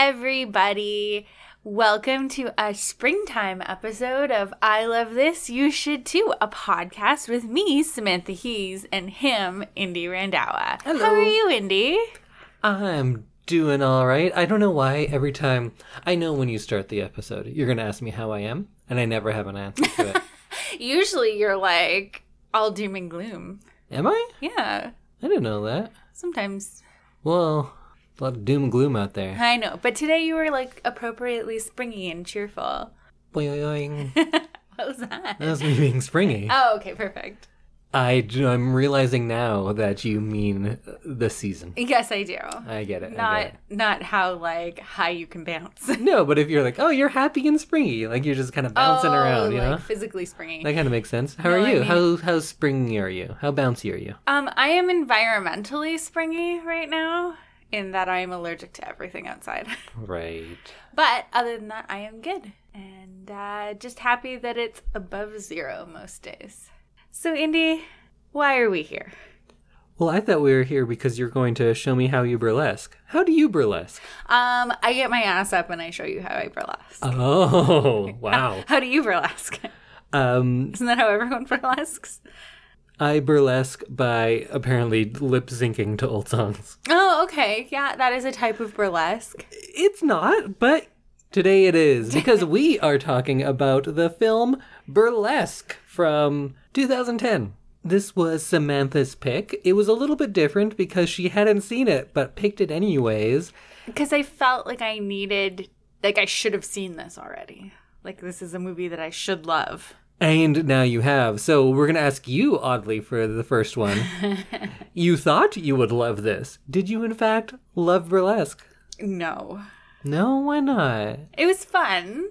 everybody. Welcome to a springtime episode of I Love This, You Should Too, a podcast with me, Samantha Hees, and him, Indy Randawa. Hello. How are you, Indy? I'm doing all right. I don't know why every time I know when you start the episode, you're going to ask me how I am, and I never have an answer to it. Usually you're like all doom and gloom. am I? Yeah, I didn't know that. sometimes. Well, a lot of doom and gloom out there. I know, but today you were like appropriately springy and cheerful. Boing, boing, boing. what was that? that was me being springy. Oh, okay, perfect. I do, I'm realizing now that you mean the season. Yes, I do. I get it. I get Not it. not how like high you can bounce. No, but if you're like, oh, you're happy and springy, like you're just kind of bouncing Oh, around, you like know? physically springy. That kind of makes sense. How No, are I you? mean- How how springy are you? How bouncy are you? um, I am environmentally springy right now in that I am allergic to everything outside. Right. but other than that, I am good and uh, just happy that it's above zero most days. So, Indy, why are we here? Well, I thought we were here because you're going to show me how you burlesque. How do you burlesque? Um, I get my ass up and I show you how I burlesque. Oh, wow. How do you burlesque? Um, Isn't that how everyone burlesques? I burlesque by apparently lip syncing to old songs. Oh, okay. Yeah, that is a type of burlesque. It's not, but today it is because we are talking about the film Burlesque from 2010. This was Samantha's pick. It was a little bit different because she hadn't seen it, but picked it anyways. Because I felt like I needed, like, I should have seen this already. Like, this is a movie that I should love. And now you have. So we're going to ask you, oddly, for the first one. you thought you would love this. Did you, in fact, love burlesque? No. No, why not? It was fun,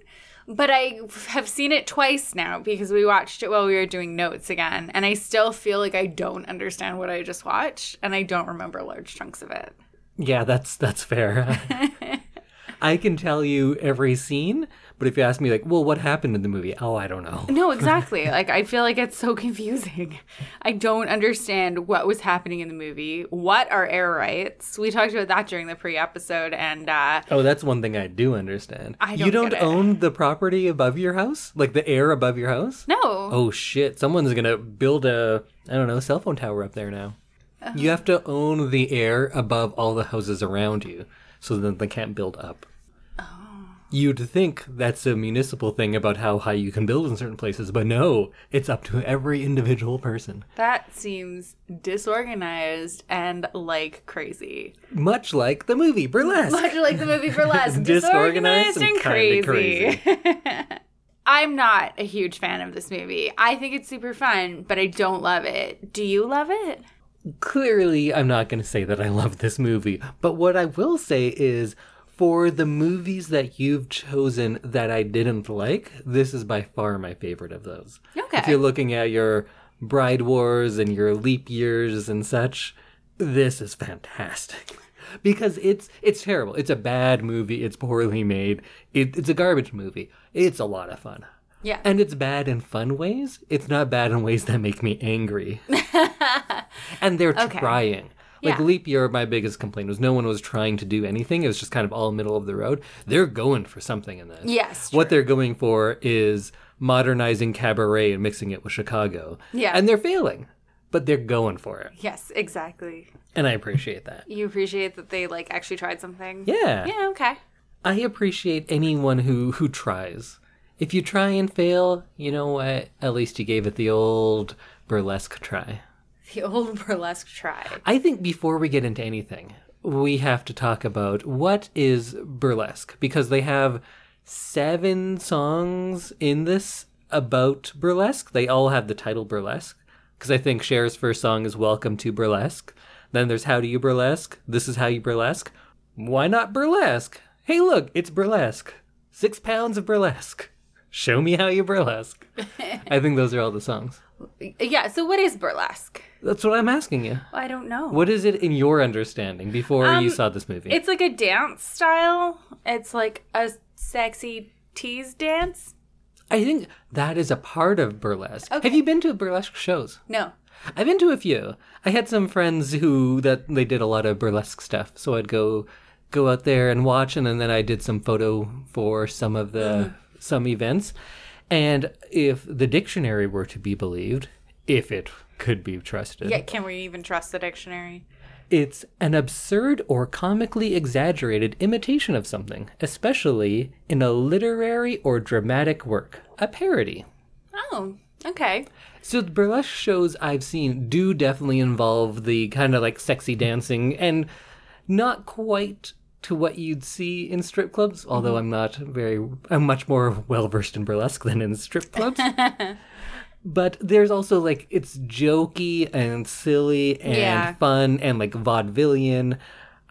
but I have seen it twice now because we watched it while we were doing notes again. And I still feel like I don't understand what I just watched, and I don't remember large chunks of it. Yeah, that's that's fair. I can tell you every scene, but if you ask me, like, well, what happened in the movie? Oh, I don't know. No, exactly. like I feel like it's so confusing. I don't understand what was happening in the movie. What are air rights? We talked about that during the pre-episode, and uh, Oh, that's one thing I do understand. I you don't don't get it. own the property above your house, like the air above your house. no, Oh shit! Someone's gonna build a I don't know cell phone tower up there now. You have to own the air above all the houses around you, so that they can't build up. You'd think that's a municipal thing about how high you can build in certain places, but no, it's up to every individual person. that seems disorganized and like crazy. Much like the movie Burlesque. Much like the movie Burlesque, Disorganized disorganized, and and kinda crazy. I'm not a huge fan of this movie. I think it's super fun, but I don't love it. Do you love it? Clearly, I'm not going to say that I love this movie, but what I will say is for the movies that you've chosen that I didn't like, this is by far my favorite of those. If Okay. you're looking at your Bride Wars and your Leap Years and such, this is fantastic. Because it's it's terrible. It's a bad movie. It's poorly made. It, it's a garbage movie. It's a lot of fun. Yeah. And it's bad in fun ways. It's not bad in ways that make me angry. and they're trying. Yeah. Like leap year, my biggest complaint was no one was trying to do anything. It was just kind of all middle of the road. They're going for something in this. Yes, What they're going for is modernizing cabaret and mixing it with Chicago. Yeah. And they're failing, but they're going for it. Yes, exactly. And I appreciate that. You appreciate that they like actually tried something. Yeah. Yeah. Okay. I appreciate anyone who who tries. If you try and fail, you know what? At least you gave it the old burlesque try. The old burlesque tried. I think before we get into anything, we have to talk about what is burlesque because they have seven songs in this about burlesque. They all have the title burlesque because I think Cher's first song is Welcome to Burlesque. Then there's How Do You Burlesque? This is How You Burlesque. Why not burlesque? Hey, look, it's burlesque. Six pounds of burlesque. Show me how you burlesque. I think those are all the songs. Yeah. So what is burlesque? That's what I'm asking you. I don't know. What is it in your understanding before you saw this movie? It's like a dance style. It's like a sexy tease dance. I think that is a part of burlesque. Okay. Have you been to burlesque shows? No. I've been to a few. I had some friends who that they did a lot of burlesque stuff, so I'd go go out there and watch and, then I did some photo for some of the some events. And if the dictionary were to be believed, if it could be trusted, Yeah, can we even trust the dictionary? it's an absurd or comically exaggerated imitation of something, especially in a literary or dramatic work, a parody. Oh, okay. So the burlesque shows I've seen do definitely involve the kind of like sexy dancing and not quite to what you'd see in strip clubs, although I'm not very I'm much more well versed in burlesque than in strip clubs. but there's also like it's jokey and silly and Yeah. fun and like vaudevillian.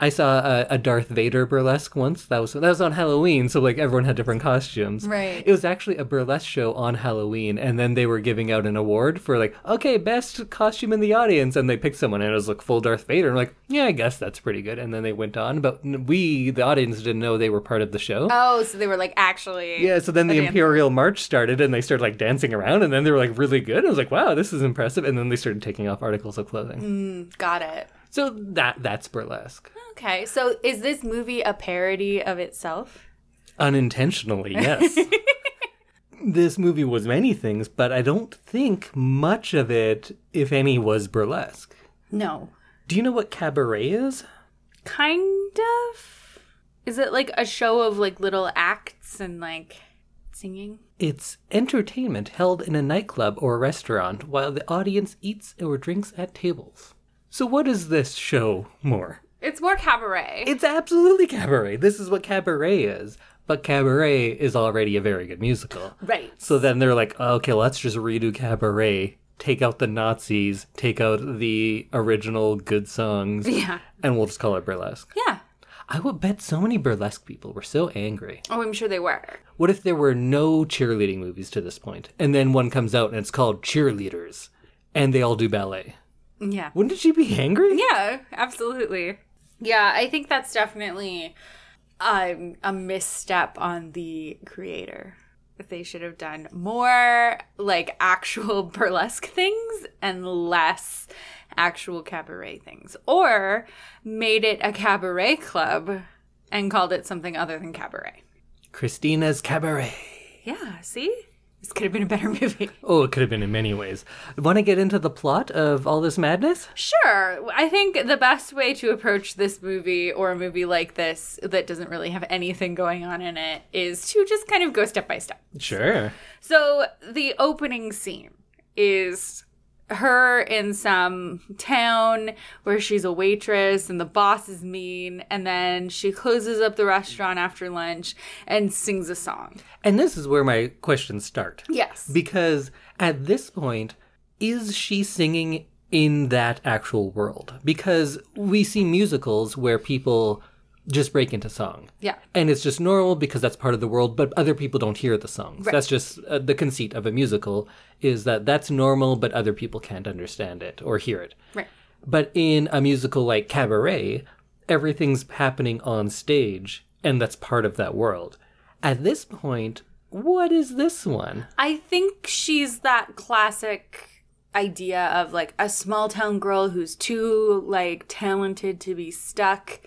I saw a, a Darth Vader burlesque once. That was that was on Halloween, so like everyone had different costumes. Right. It was actually a burlesque show on Halloween, and then they were giving out an award for like, okay, best costume in the audience, and they picked someone, and it was like full Darth Vader. And I'm like, yeah, I guess that's pretty good. And then they went on, but n- we, the audience, didn't know they were part of the show. Oh, so they were like actually. yeah, so then the Okay. Imperial March started, and they started like dancing around, and then they were like really good. I was like, wow, this is impressive. And then they started taking off articles of clothing. Mm. Got it. So that that's burlesque, Okay, so is this movie a parody of itself? unintentionally, yes. This movie was many things, but I don't think much of it, if any, was burlesque. No. Do you know what cabaret is? Kind of? Is it like a show of like little acts and like singing? It's entertainment held in a nightclub or a restaurant while the audience eats or drinks at tables. So, what is this show more? It's more cabaret. It's absolutely cabaret. This is what cabaret is. But cabaret is already a very good musical. right. So then they're like, "Oh, okay, let's just redo cabaret, take out the Nazis, take out the original good songs, Yeah. and we'll just call it burlesque. Yeah. I would bet so many burlesque people were so angry. Oh, I'm sure they were. What if there were no cheerleading movies to this point, and then one comes out and it's called Cheerleaders, and they all do ballet? Yeah. Wouldn't she be angry? Yeah, absolutely. Yeah, I think that's definitely um, a misstep on the creator. They should have done more like actual burlesque things and less actual cabaret things, or made it a cabaret club and called it something other than cabaret. Christina's Cabaret. Yeah, see? This could have been a better movie. Oh, it could have been in many ways. Want to get into the plot of all this madness? Sure. I think the best way to approach this movie or a movie like this that doesn't really have anything going on in it is to just kind of go step by step. Sure. So, the opening scene is her in some town where she's a waitress and the boss is mean and then she closes up the restaurant after lunch and sings a song. And this is where my questions start. Yes. Because at this point, is she singing in that actual world? Because we see musicals where people just break into song. Yeah. And it's just normal because that's part of the world, but other people don't hear the songs. That's just uh, the conceit of a musical is that that's normal, but other people can't understand it or hear it. Right. But in a musical like Cabaret, everything's happening on stage, and that's part of that world. At this point, what is this one? I think she's that classic idea of like a small town girl who's too like talented to be stuck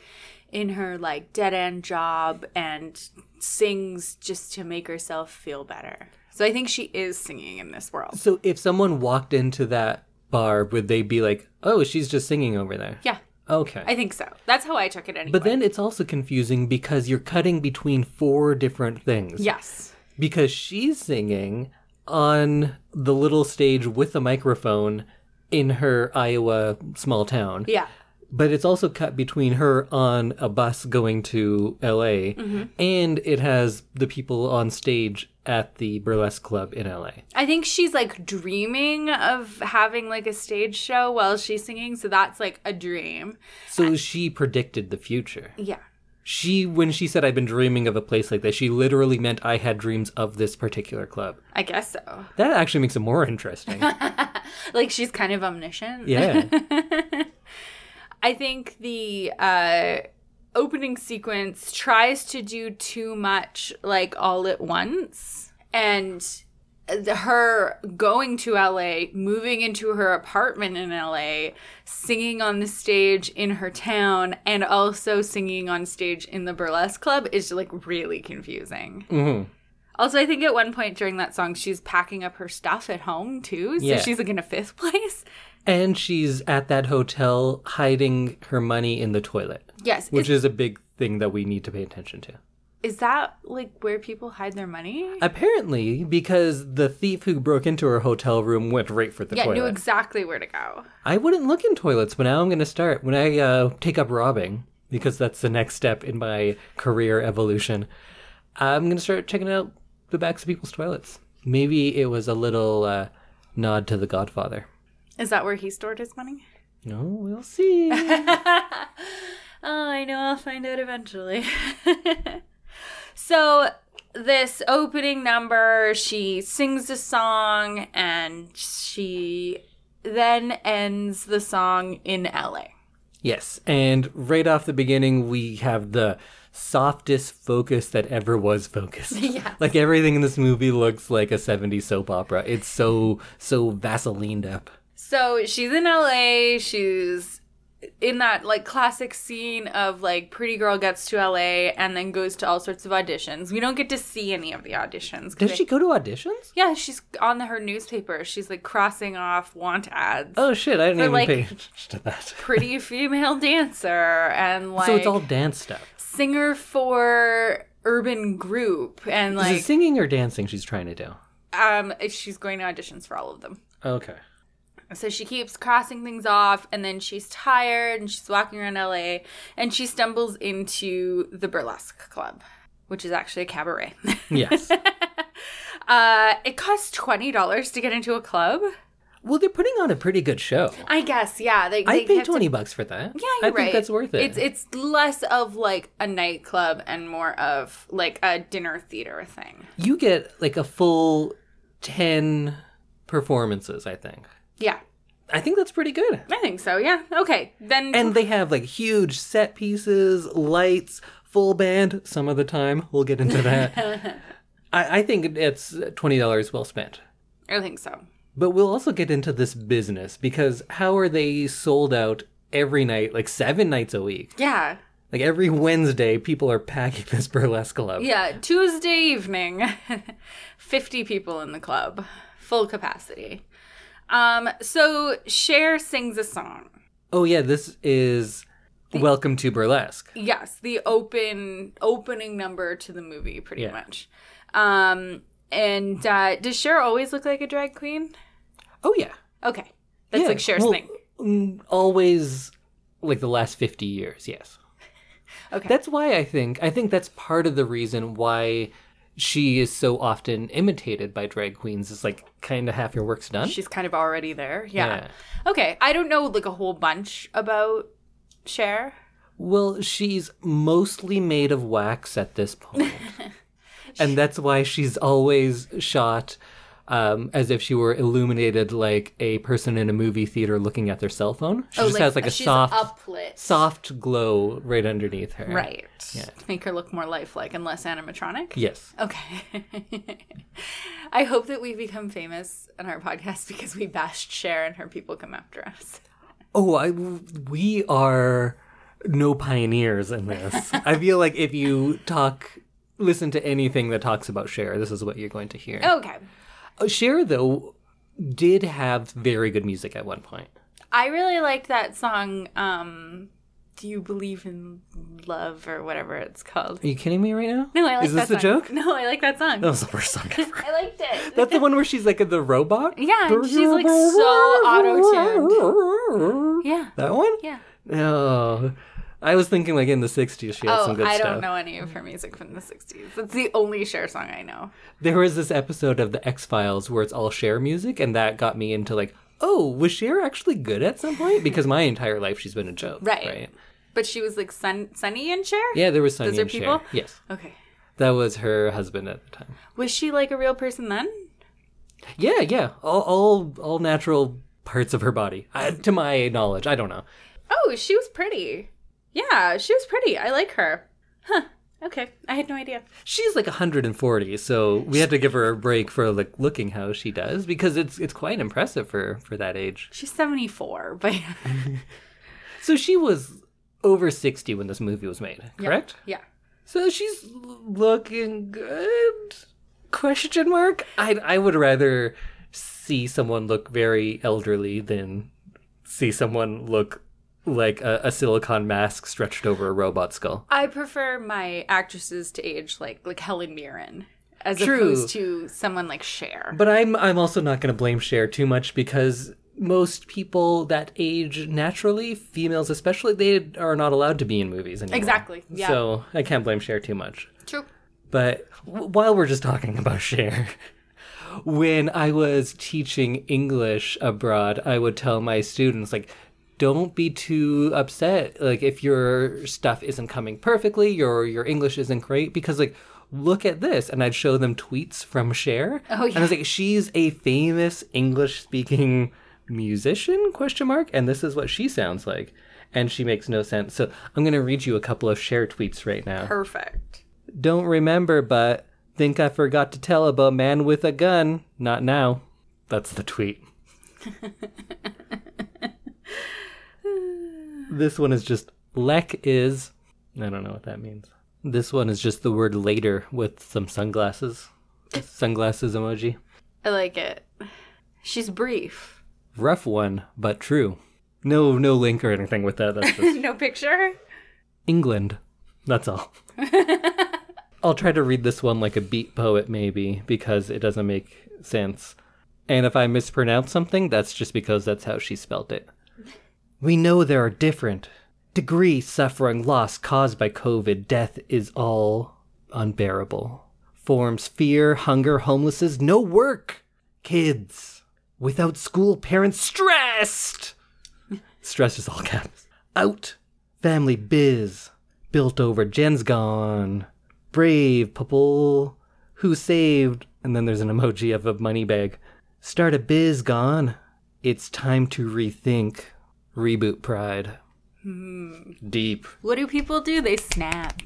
in her like dead end job and sings just to make herself feel better. So I think she is singing in this world. So if someone walked into that bar, would they be like, "Oh, she's just singing over there"? Yeah, Okay. I think so. That's how I took it anyway. but then it's also confusing because you're cutting between four different things. yes. Because she's singing on the little stage with a microphone in her Iowa small town. Yeah. But it's also cut between her on a bus going to LA Mm-hmm. and it has the people on stage at the burlesque club in LA. I think she's like dreaming of having like a stage show while she's singing, so that's like a dream. So she predicted the future. Yeah. She, when she said, I've been dreaming of a place like this, she literally meant I had dreams of this particular club. I guess so. That actually makes it more interesting. Like she's kind of omniscient. yeah. I think the uh, opening sequence tries to do too much, like all at once, and the- her going to LA, moving into her apartment in LA, singing on the stage in her town, and also singing on stage in the burlesque club is like really confusing. Mhm. Also, I think at one point during that song, she's packing up her stuff at home too. So Yeah. she's like in a fifth place. And she's at that hotel hiding her money in the toilet, Yes. which is, is a big thing that we need to pay attention to. is that like where people hide their money? Apparently, because the thief who broke into her hotel room went right for the yeah, toilet. knew exactly where to go. I wouldn't look in toilets, but now I'm going to start when I uh, take up robbing because that's the next step in my career evolution. I'm going to start checking out the backs of people's toilets. Maybe it was a little uh, nod to The Godfather. Is that where he stored his money? No, we'll see. Oh, I know. I'll find out eventually. so, this opening number, she sings a song and she then ends the song in LA. yes, and right off the beginning, we have the softest focus that ever was focused. Yes. Like everything in this movie looks like a 70s soap opera. It's so, so Vaselined up. So, she's in LA. She's in that like classic scene of like pretty girl gets to LA and then goes to all sorts of auditions. We don't get to see any of the auditions. 'cause Does I- she go to auditions? Yeah, she's on her newspaper. She's like crossing off want ads. Oh shit, I didn't even like- pay attention to that. pretty female dancer and like so it's all dance stuff. singer for urban group and Is like it singing or dancing she's trying to do? um she's going to auditions for all of them Okay. so she keeps crossing things off and then she's tired and she's walking around la and she stumbles into the burlesque club which is actually a cabaret Yes. uh it costs $20 to get into a club well, they're putting on a pretty good show. i guess yeah they, I they would pay have to- twenty bucks for that. Yeah, I you're think right. that's worth it. It's it's less of like a nightclub and more of like a dinner theater thing. you get like a full ten performances. I think. Yeah, I think that's pretty good. I think so. Yeah. Okay. Then And they have like huge set pieces, lights, full band. Some of the time, we'll get into that. I, I think it's twenty dollars well spent. I think so. But we'll also get into this business because how are they sold out every night, like seven nights a week? Yeah. Like every Wednesday, people are packing this burlesque club. Yeah. Tuesday evening, fifty people in the club, full capacity. Um. So Cher sings a song. Oh, yeah, this is Welcome to Burlesque. Yes, the open opening number to the movie, pretty Yeah. much. Um. And uh, does Cher always look like a drag queen? Oh, yeah. Okay. That's Yeah, like Cher's well, thing. mm, Always like the last 50 years, yes. Okay. That's why I think, I think that's part of the reason why she is so often imitated by drag queens is like kind of half your work's done. She's kind of already there. Yeah. Okay. I don't know like a whole bunch about Cher. Well, she's mostly made of wax at this point. and that's why she's always shot um, as if she were illuminated like a person in a movie theater looking at their cell phone. She just has like a Oh, she's soft uplit. soft glow right underneath her. right. To make her look more lifelike and less animatronic. Yes. Okay. I hope that we become famous on our podcast because we bashed Cher and her people come after us. Oh, I, we are no pioneers in this. I feel like if you talk, listen to anything that talks about Cher, this is what you're going to hear. Okay. Uh, Cher though did have very good music at one point. I really liked that song, um, Do You Believe in Love or whatever it's called. Are you kidding me right now? No, I like Is that this the song. joke? Oh. No, I like that song. That was the worst song ever. I liked it. That's the one where she's like the robot. Yeah, and she's, like, so auto-tuned. Yeah. That one? Yeah. No. I was thinking like in the 60s she had Oh, some good I stuff. don't know any of her music from the 60s. That's the only Cher song I know. There was this episode of The X-Files where it's all Cher music and that got me into like, oh, was Cher actually good at some point? Because my entire life she's been a joke. Right. But she was like Sun- Sunny and Cher? Yeah, there was Sonny Those are and Cher. people? Yes. Okay. That was her husband at the time. Was she like a real person then? Yeah, yeah. All all, all natural parts of her body. I, to my knowledge, I don't know. Oh, she was pretty. Yeah, she was pretty. I like her. Okay, I had no idea. She's like 140, so we had to give her a break for like looking how she does because it's it's quite impressive for for that age. She's 74, but So she was over 60 when this movie was made, correct? yeah. So she's l- looking good? Question mark? I I would rather see someone look very elderly than see someone look like a, a silicon mask stretched over a robot skull. I prefer my actresses to age like like Helen Mirren as True. opposed to someone like Cher. But I'm I'm also not going to blame Cher too much because most people that age naturally, females especially, they are not allowed to be in movies anymore. Exactly, yeah. So I can't blame Cher too much. True. But w- while we're just talking about Cher, when I was teaching English abroad, I would tell my students like don't be too upset like if your stuff isn't coming perfectly, your your English isn't great because like look at this and I'd show them tweets from Cher. Oh, And I was like she's a famous English speaking musician question mark and this is what she sounds like and she makes no sense. So I'm going to read you a couple of Cher tweets right now. Perfect. Don't remember, but think I forgot to tell about man with a gun. Not now. That's the tweet. this one is just lek is. I don't know what that means. This one is just the word later with some sunglasses. Sunglasses emoji. I like it. She's brief. Rough one, but true. No, no link or anything with that. That's just no picture. England. That's all. I'll try to read this one like a beat poet, maybe, because it doesn't make sense. And if I mispronounce something, that's just because that's how she spelt it. We know there are different degree suffering loss caused by COVID. Death is all unbearable. Forms fear, hunger, homelessness, no work. Kids without school, parents stressed. Stress is all caps. Out. Family biz. Built over. Jen's gone. Brave pupil. Who saved? And then there's an emoji of a money bag. Start a biz gone. It's time to rethink. Reboot pride. Hmm. Deep. What do people do? They snap.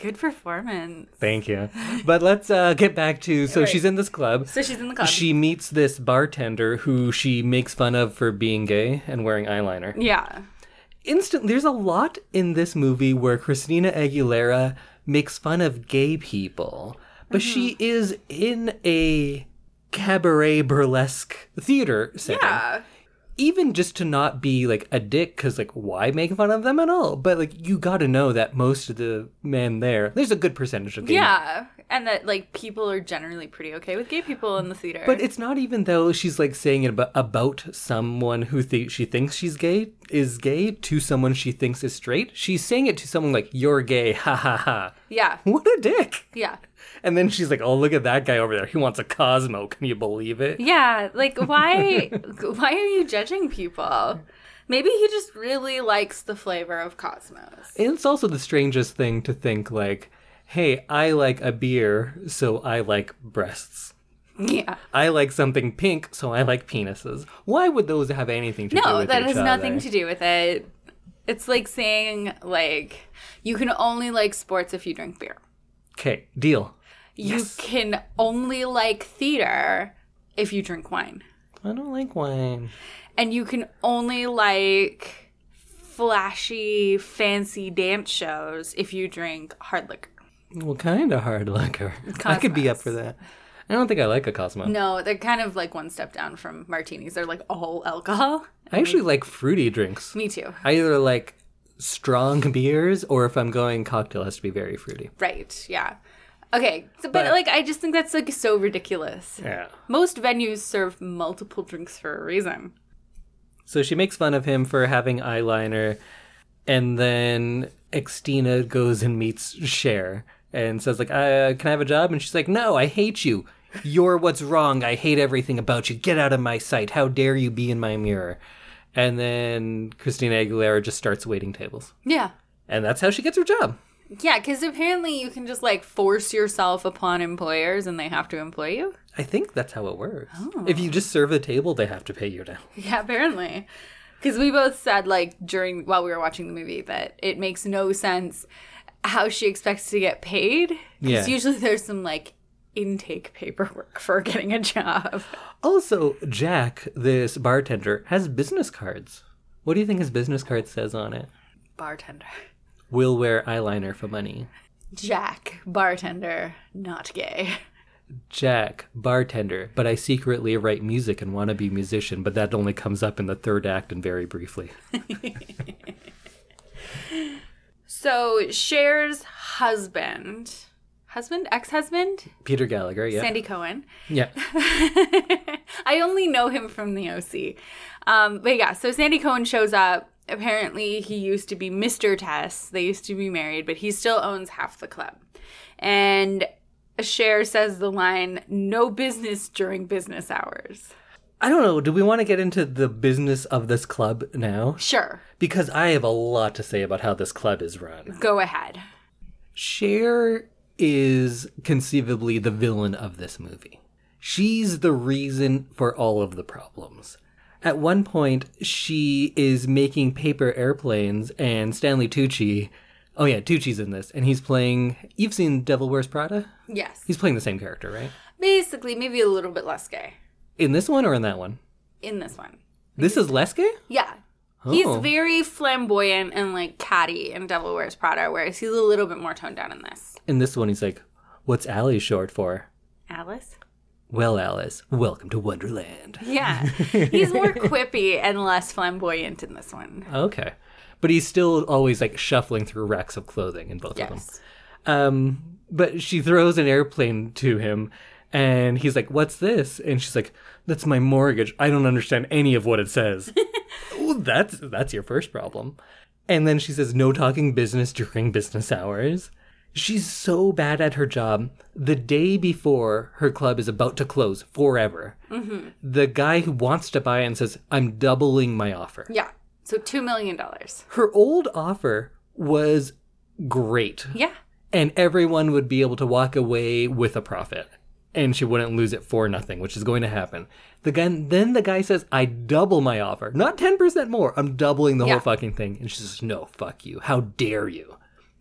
Good performance. Thank you. But let's uh, get back to. So Right. she's in this club. So she's in the club. She meets this bartender who she makes fun of for being gay and wearing eyeliner. yeah. instant there's a lot in this movie where Christina Aguilera makes fun of gay people, but she Mm-hmm. is in a cabaret burlesque theater setting. Yeah. Even just to not be like a dick cuz like why make fun of them at all? But like you got to know that most of the men there, there's a good percentage of gay Yeah. And that like people are generally pretty okay with gay people in the theater. But it's not even though she's like saying it about, about someone who th- she thinks she's gay is gay to someone she thinks is straight. She's saying it to someone like you're gay, ha ha ha. yeah. What a dick! Yeah. And then she's like, oh look at that guy over there. He wants a Cosmo. Can you believe it? Yeah, like why why are you judging people? Maybe he just really likes the flavor of Cosmos. And it's also the strangest thing to think like, hey, I like a beer, so I like breasts. Yeah. I like something pink, so I like penises. Why would those have anything to do No, with that each has other? nothing to do with it. It's like saying like you can only like sports if you drink beer. Okay, deal. You can only like theater if you drink wine. I don't like wine. And you can only like flashy, fancy dance shows if you drink hard liquor. Well, kind of hard liquor. I could be up for that. I don't think I like a Cosmo. No, they're kind of like one step down from martinis. They're like all alcohol. I actually like fruity drinks. Me too. I either like strong beers or if I'm going cocktail, it has to be very fruity. Right. Yeah. Okay. So, but, But- like, I just think that's like so ridiculous. Yeah. Most venues serve multiple drinks for a reason. So she makes fun of him for having eyeliner, and then Extina goes and meets Cher and says like, uh, "Can I have a job?" And she's like, "No, I hate you. You're what's wrong. I hate everything about you. Get out of my sight. How dare you be in my mirror?" And then Christina Aguilera just starts waiting tables. Yeah. And that's how she gets her job. Yeah, because apparently you can just like force yourself upon employers and they have to employ you. I think that's how it works. If you just serve a table, they have to pay you now. Yeah, apparently. Because we both said, like, during while we were watching the movie, that it makes no sense how she expects to get paid. 'Cause Yeah. usually there's some, like, intake paperwork for getting a job. Also, Jack, this bartender, has business cards. What do you think his business card says on it? Bartender. Will wear eyeliner for money. Jack, bartender, not gay. Jack, bartender, but I secretly write music and want to be musician, but that only comes up in the third act and very briefly. So Cher's husband, husband, ex-husband, Peter Gallagher, yeah. Sandy Cohen. yeah. I only know him from the OC. Um, but yeah, so Sandy Cohen shows up. Apparently, he used to be Mr. Tess. They used to be married, but he still owns half the club. And Cher says the line, no business during business hours. I don't know. Do we want to get into the business of this club now? Sure, Because I have a lot to say about how this club is run. go ahead. Cher is conceivably the villain of this movie. She's the reason for all of the problems. At one point, she is making paper airplanes, and Stanley Tucci. Oh, yeah, Tucci's in this, and he's playing. You've seen Devil Wears Prada? Yes. He's playing the same character, right? Basically, maybe a little bit less gay In this one or in that one? in this one. This is Leske? Yeah. He's Oh. very flamboyant and like catty in Devil Wears Prada, whereas he's a little bit more toned down in this. In this one, he's like, What's Ally short for? Alice? Well, Alice, welcome to Wonderland. Yeah. He's more quippy and less flamboyant in this one. Okay. But he's still always like shuffling through racks of clothing in both of them. Yes. Um, but she throws an airplane to him and he's like, What's this? And she's like, That's my mortgage. I don't understand any of what it says. well, that's that's your first problem. And then she says, No talking business during business hours. She's so bad at her job. The day before her club is about to close forever, the guy who wants to buy it and says, I'm doubling my offer Yeah. So $2 million. her old offer was great Yeah. and everyone would be able to walk away with a profit and she wouldn't lose it for nothing which is going to happen the guy, then the guy says i double my offer not 10% more i'm doubling the Yeah. whole fucking thing and she says no fuck you how dare you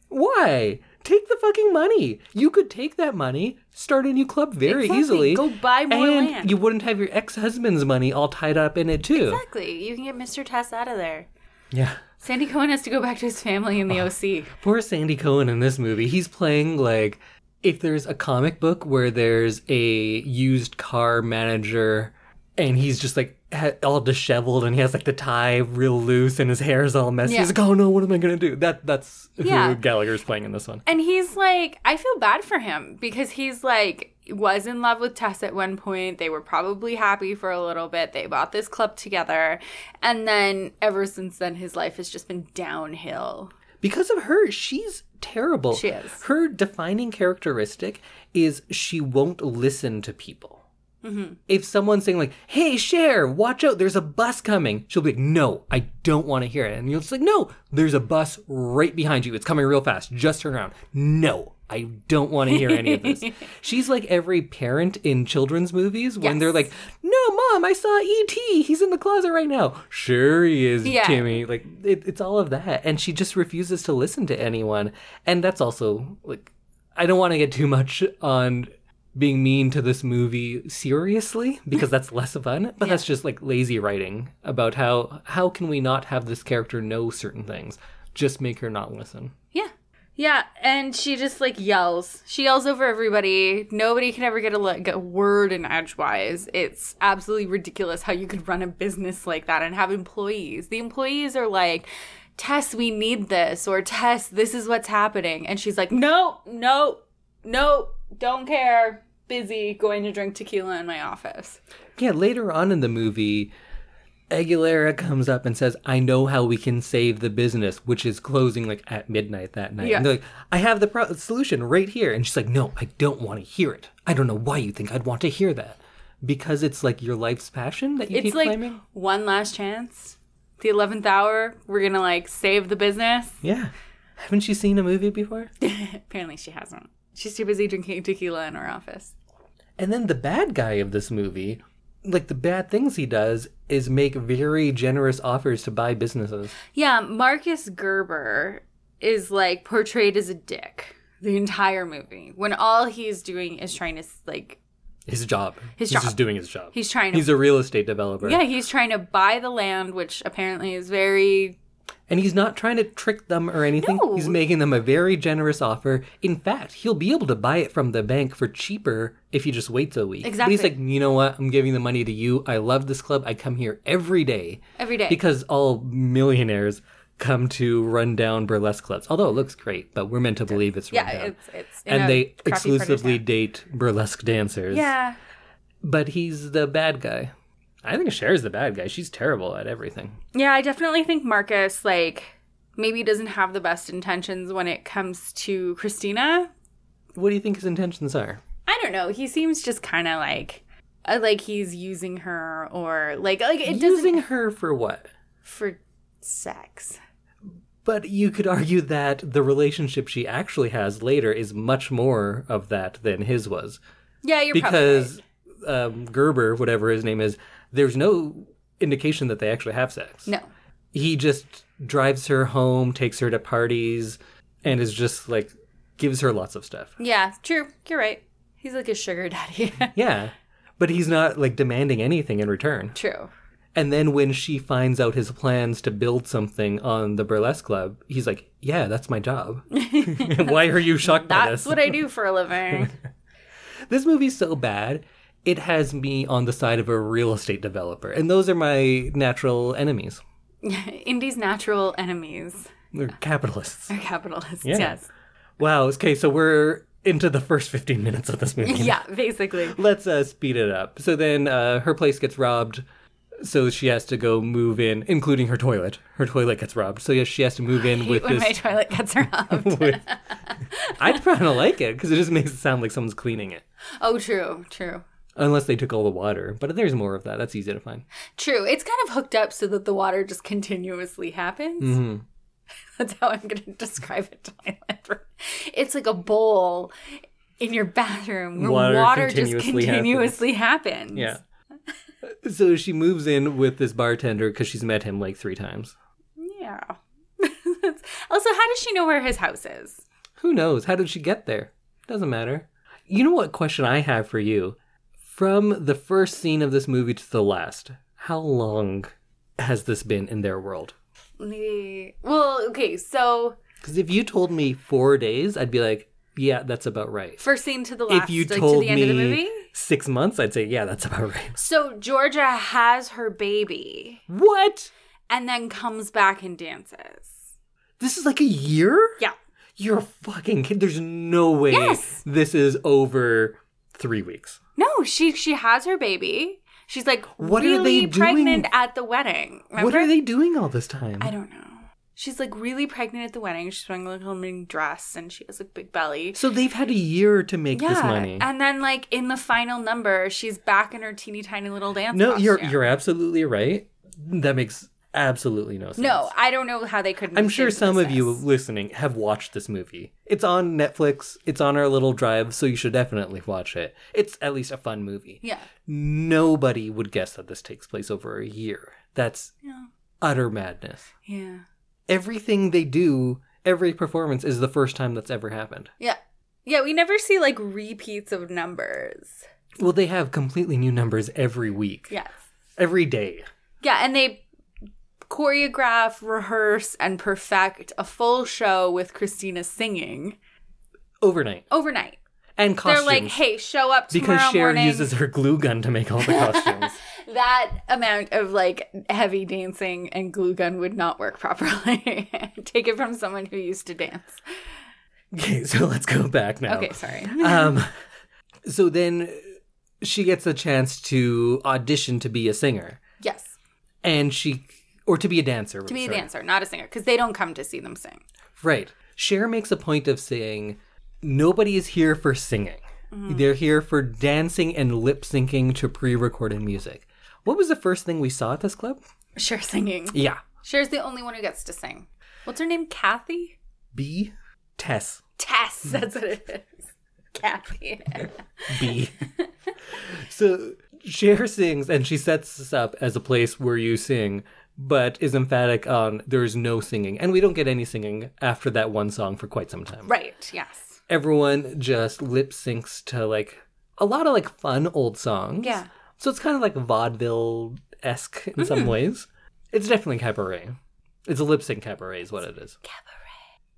why take the fucking money you could take that money start a new club very Exactly. easily Go buy more and land. you wouldn't have your ex-husband's money all tied up in it too Exactly. You can get Mr. Tess out of there. yeah Sandy Cohen has to go back to his family in the OC. Poor Sandy Cohen in this movie. He's playing like if there's a comic book where there's a used car manager and he's just like ha- all disheveled and he has like the tie real loose and his hair's all messy. Yeah. He's like, "Oh no, what am I going to do?" That that's Yeah. who Gallagher's playing in this one. And he's like, I feel bad for him because he's like, was in love with Tess at one point. They were probably happy for a little bit. They bought this club together. And then ever since then, his life has just been downhill. Because of her, she's terrible. She is. Her defining characteristic is she won't listen to people. Mm-hmm. If someone's saying like, "Hey, Cher, watch out! There's a bus coming," she'll be like, "No, I don't want to hear it." And you're just like, "No, there's a bus right behind you. It's coming real fast. Just turn around." No, I don't want to hear any of this. She's like every parent in children's movies when Yes. they're like, "No, mom, I saw E.T. He's in the closet right now." Sure, he is, Yeah. Timmy. Like it, it's all of that, and she just refuses to listen to anyone. And that's also like, I don't want to get too much on being mean to this movie seriously because that's less fun. But that's just like lazy writing about how how can we not have this character know certain things? Just make her not listen. Yeah. Yeah. And she just like yells. She yells over everybody. Nobody can ever get a, le- get a word in edgewise. It's absolutely ridiculous how you could run a business like that and have employees. The employees are like, Tess, we need this, or Tess, this is what's happening. And she's like, no, no, no, don't care. Busy going to drink tequila in my office. Yeah, later on in the movie, Aguilera comes up and says, "I know how we can save the business, which is closing like at midnight that night." Yeah. And they're like, "I have the pro- solution right here," and she's like, "No, I don't want to hear it. I don't know why you think I'd want to hear that." Because it's like your life's passion that you It's keep like claiming. one last chance. The 11th hour, we're going to like save the business. Yeah. Haven't you seen a movie before? Apparently, she hasn't. She's too busy drinking tequila in her office. And then the bad guy of this movie like the bad things he does is make very generous offers to buy businesses. Yeah, Marcus Gerber is like portrayed as a dick the entire movie when all he's doing is trying to like His job. His he's job. just doing his job. he's trying to He's a real estate developer. yeah he's trying to buy the land which apparently is very And he's not trying to trick them or anything. No. He's making them a very generous offer. In fact, he'll be able to buy it from the bank for cheaper if he just waits a week. But he's Exactly. like, you know what? I'm giving the money to you. I love this club. I come here every day. every day Because all millionaires come to run down burlesque clubs. Although it looks great, but we're meant to believe it's run yeah down. it's it's in a and they crappy exclusively furniture. date burlesque dancers. yeah But he's the bad guy. I think Cher's the bad guy. She's terrible at everything. Yeah, I definitely think Marcus, like, maybe doesn't have the best intentions when it comes to Christina. What do you think his intentions are? I don't know. He seems just kind of like, uh, like he's using her or like, like it Using doesn't her for what? for sex. But you could argue that the relationship she actually has later is much more of that than his was. Yeah, you're Because probably um, Gerber, whatever his name is, there's no indication that they actually have sex. right. no. He just drives her home, takes her to parties, and is just like, gives her lots of stuff. Yeah, true. You're right. He's like a sugar daddy. Yeah. But he's not like demanding anything in return. true. And then when she finds out his plans to build something on the burlesque club, he's like, "Yeah, that's my job." Why are you shocked by That's this? what I do for a living. this movie's so bad. It has me on the side of a real estate developer, and those are my natural enemies. Indy's natural enemies They're capitalists. are capitalists. Yeah. Yes. Wow. Okay, so we're into the first fifteen minutes of this movie. Yeah, basically. Let's uh, speed it up. So then uh, her place gets robbed. So she has to go move in, including her toilet. Her toilet gets robbed. So yes, she has to move in with when this my toilet gets robbed. with- I'd kind of like it because it just makes it sound like someone's cleaning it. oh, true, true. Unless they took all the water, but there's more of that. That's easy to find. True. It's kind of hooked up so that the water just continuously happens. Mm-hmm. That's how I'm going to describe a toilet. It's like a bowl in your bathroom where water, Water just continuously continuously happens. So she moves in with this bartender because she's met him like three times. Yeah. also, how does she know where his house is? Who knows? How did she get there? Doesn't matter. You know what question I have for you? From the first scene of this movie to the last, how long has this been in their world? Maybe- Well, okay, so Because if you told me four days, I'd be like, yeah, that's about right. first scene to the last, If you like told to the end of the me movie. six months, I'd say, yeah, that's about right. So Georgia has her baby What? and then comes back and dances. This is like a year? Yeah. You're a fucking kid. There's no way Yes. this is over three weeks. No, she she has her baby. She's like What are really they doing? pregnant at the wedding. Remember? What are they doing all this time? I don't know. She's like really pregnant at the wedding. She's wearing like a little dress and she has a big belly. So they've had a year to make this Yeah, money. and then like in the final number, she's back in her teeny tiny little dance. No, you're costume. you're absolutely right. That makes absolutely no sense. No, I don't know how they couldn't. I'm have sure saved some of this. you listening have watched this movie. It's on Netflix. It's on our little drive, so you should definitely watch it. It's at least a fun movie. Yeah. Nobody would guess that this takes place over a year. That's Yeah. utter madness. Yeah. everything they do, every performance is the first time that's ever happened. Yeah. Yeah, we never see like repeats of numbers. Well, they have completely new numbers every week, Yes. every day. Yeah, and they choreograph, rehearse, and perfect a full show with Christina singing Overnight. overnight. And costumes. They're like, "Hey, show up tomorrow because Cher morning." uses her glue gun to make all the costumes. that amount of like heavy dancing and glue gun would not work properly. Take it from someone who used to dance. okay, so let's go back now. Okay, sorry. Um, so then she gets a chance to audition to be a singer, yes, and she, or to be a dancer. to be sorry. a dancer, not a singer, because they don't come to see them sing. Right. Cher makes a point of saying nobody is here for singing. They're here for dancing and lip syncing to pre recorded music. What was the first thing we saw at this club? Sure, singing. Yeah. Cher's the only one who gets to sing. What's her name? Kathy. B. Tess. Hmm. Tess. That's what it is. Kathy. B. so Cher sings and she sets this up as a place where you sing, but is emphatic on there is no singing. And we don't get any singing after that one song for quite some time. right, yes. Everyone just lip syncs to like a lot of like fun old songs. Yeah. Mm-hmm. So it's kind of like vaudeville esque in some ways. It's definitely cabaret. It's a lip sync cabaret, is what it is.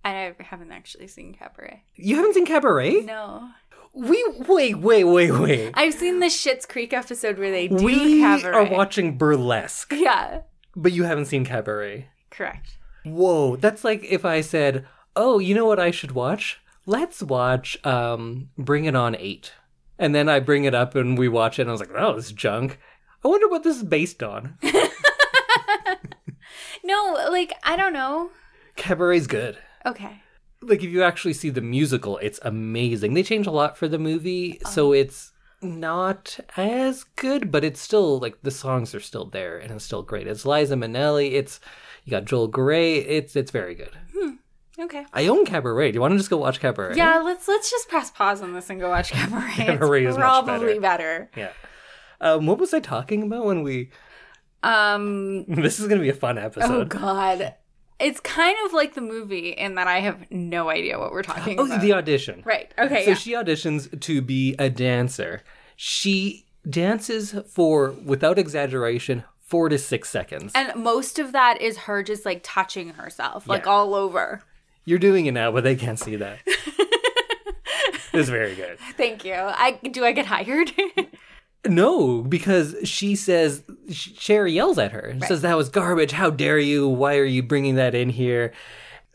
I haven't actually seen Cabaret. You haven't seen cabaret? No. We wait, wait, wait, wait. I've seen the Shits Creek episode where they do we Cabaret. are watching burlesque, yeah, but you haven't seen cabaret. correct. Whoa, that's like if I said, "Oh, you know what I should watch? Let's watch um Bring It On 8." And then I bring it up and we watch it and I was like, "Oh, this is junk. I wonder what this is based on." No, like, I don't know. Cabaret's good. Okay. Like if you actually see the musical, it's amazing. They change a lot for the movie, so it's not as good, but it's still like the songs are still there and it's still great. It's Liza Minnelli, it's you got Joel Gray, it's it's very good. Okay. I own Cabaret. Do you want to just go watch Cabaret? Yeah, let's let's just press pause on this and go watch Cabaret. Cabaret it's is much probably better. Yeah. Um, what was I talking about when we? Um This is gonna be a fun oh episode. god. It's kind of like the movie in that I have no idea what we're talking Oh, about. the audition. right. Okay. So yeah. she auditions to be a dancer. She dances for, without exaggeration, four to six seconds. and most of that is her just like touching herself, like Yeah. all over. You're doing it now, but they can't see that. it's very good. Thank you. I do I get hired? No, because she says Sh- Cher yells at her and says that was garbage. How dare you? Why are you bringing that in here?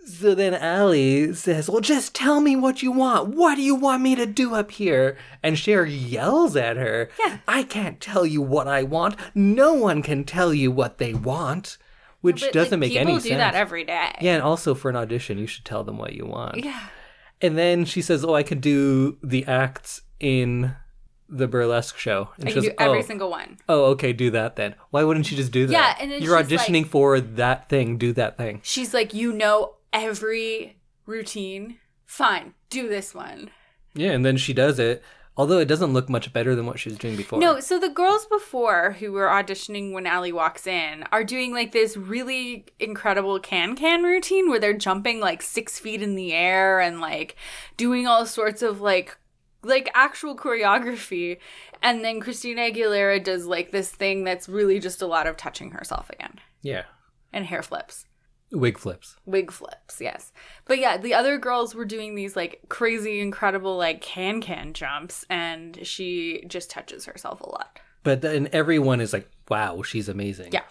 So then Allie says, "Well, just tell me what you want. What do you want me to do up here?" And Cher yells at her, Yeah. "I can't tell you what I want. No one can tell you what they want," which But, doesn't like, make any people sense. do that every day. yeah, and also for an audition, you should tell them what you want. Yeah. And then she says, "Oh, I could do the acts in the burlesque show." And I she can goes, do every "Oh." single one. oh, okay, do that then. Why wouldn't you just do that? Yeah, and then you're she's like- auditioning for that thing. Do that thing. She's like, you know every routine. Fine, do this one. Yeah, and then she does it. Although it doesn't look much better than what she was doing before. No, so the girls before who were auditioning when Allie walks in are doing like this really incredible can can routine where they're jumping like six feet in the air and like doing all sorts of like like actual choreography. And then Christina Aguilera does like this thing that's really just a lot of touching herself again Yeah, and hair flips. wig flips. wig flips yes but yeah the other girls were doing these like crazy incredible like can can jumps and she just touches herself a lot But then everyone is like, "Wow, she's amazing." Yeah.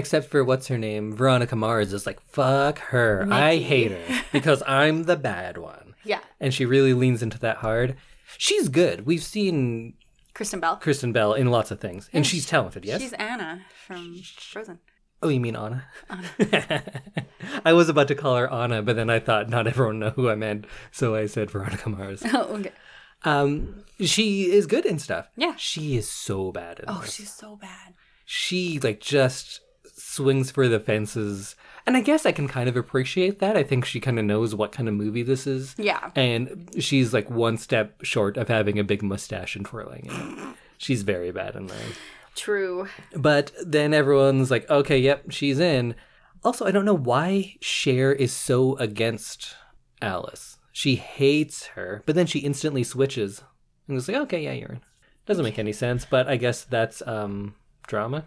Except for what's her name, Veronica Mars is like, "Fuck her. I Nikki. hate her because I'm the bad one." yeah And she really leans into that hard. She's good. We've seen kristen bell Kristen Bell in lots of things, and she's talented. Yes. she's anna from frozen Oh, you mean Anna? I was about to call her Anna, but then I thought not everyone know who I meant, so I said Veronica Mars. oh okay Um, she is good in stuff. Yeah. she is so bad. In oh this. she's so bad she like just swings for the fences, and I guess I can kind of appreciate that. I think she kind of knows what kind of movie this is. Yeah. and she's like one step short of having a big mustache and twirling. It. she's very bad in that. true But then everyone's like, okay, yep, she's in. Also, I don't know why Cher is so against Alice. She hates her, but then she instantly switches and is like, okay, yeah, you're in. Doesn't make any sense, but I guess that's um drama.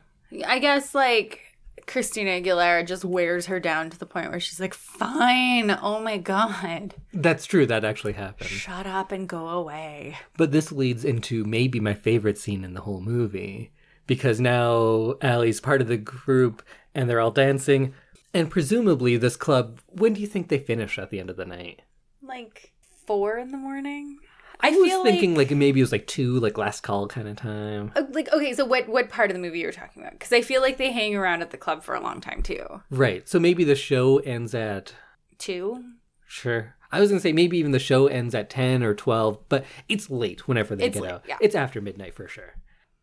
i guess like christina aguilera just wears her down to the point where she's like fine oh my god That's true, that actually happened. shut up and go away But this leads into maybe my favorite scene in the whole movie because now Allie's part of the group and they're all dancing. And presumably, this club, when do you think they finish at the end of the night? like four in the morning I, was feel like- thinking like, maybe it was like two, like last call kind of time. Uh, like okay so what what part of the movie you're talking about because i feel like they hang around at the club for a long time too Right. So maybe the show ends at two sure. I was gonna say maybe even the show ends at ten or twelve, but it's late whenever they It's get late, out. yeah. It's after midnight for sure.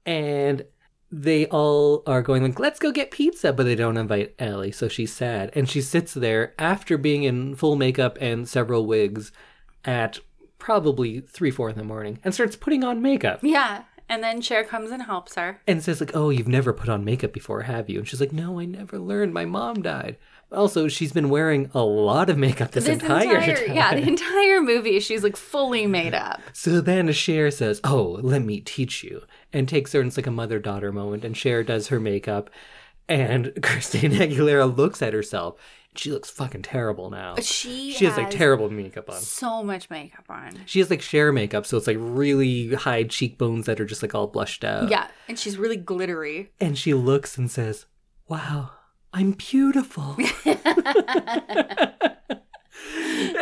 And they all are going like, let's go get pizza, but they don't invite Ellie, so she's sad. And she sits there after being in full makeup and several wigs at probably three, four in the morning, and starts putting on makeup Yeah. And then Cher comes and helps her. and says like, "Oh, you've never put on makeup before, have you?" And she's like, "No, I never learned. My mom died." Also, she's been wearing a lot of makeup this, This entire, entire, time. yeah, the entire movie, she's like fully made up. So then Cher says, "Oh, let me teach you," and takes her and it's like a mother-daughter moment. And Cher does her makeup, and Christine Aguilera looks at herself. She looks fucking terrible now. She She has like terrible makeup on. so much makeup on. She has like Cher makeup, so it's like really high cheekbones that are just like all blushed out. Yeah, and she's really glittery. And she looks and says, Wow, I'm beautiful.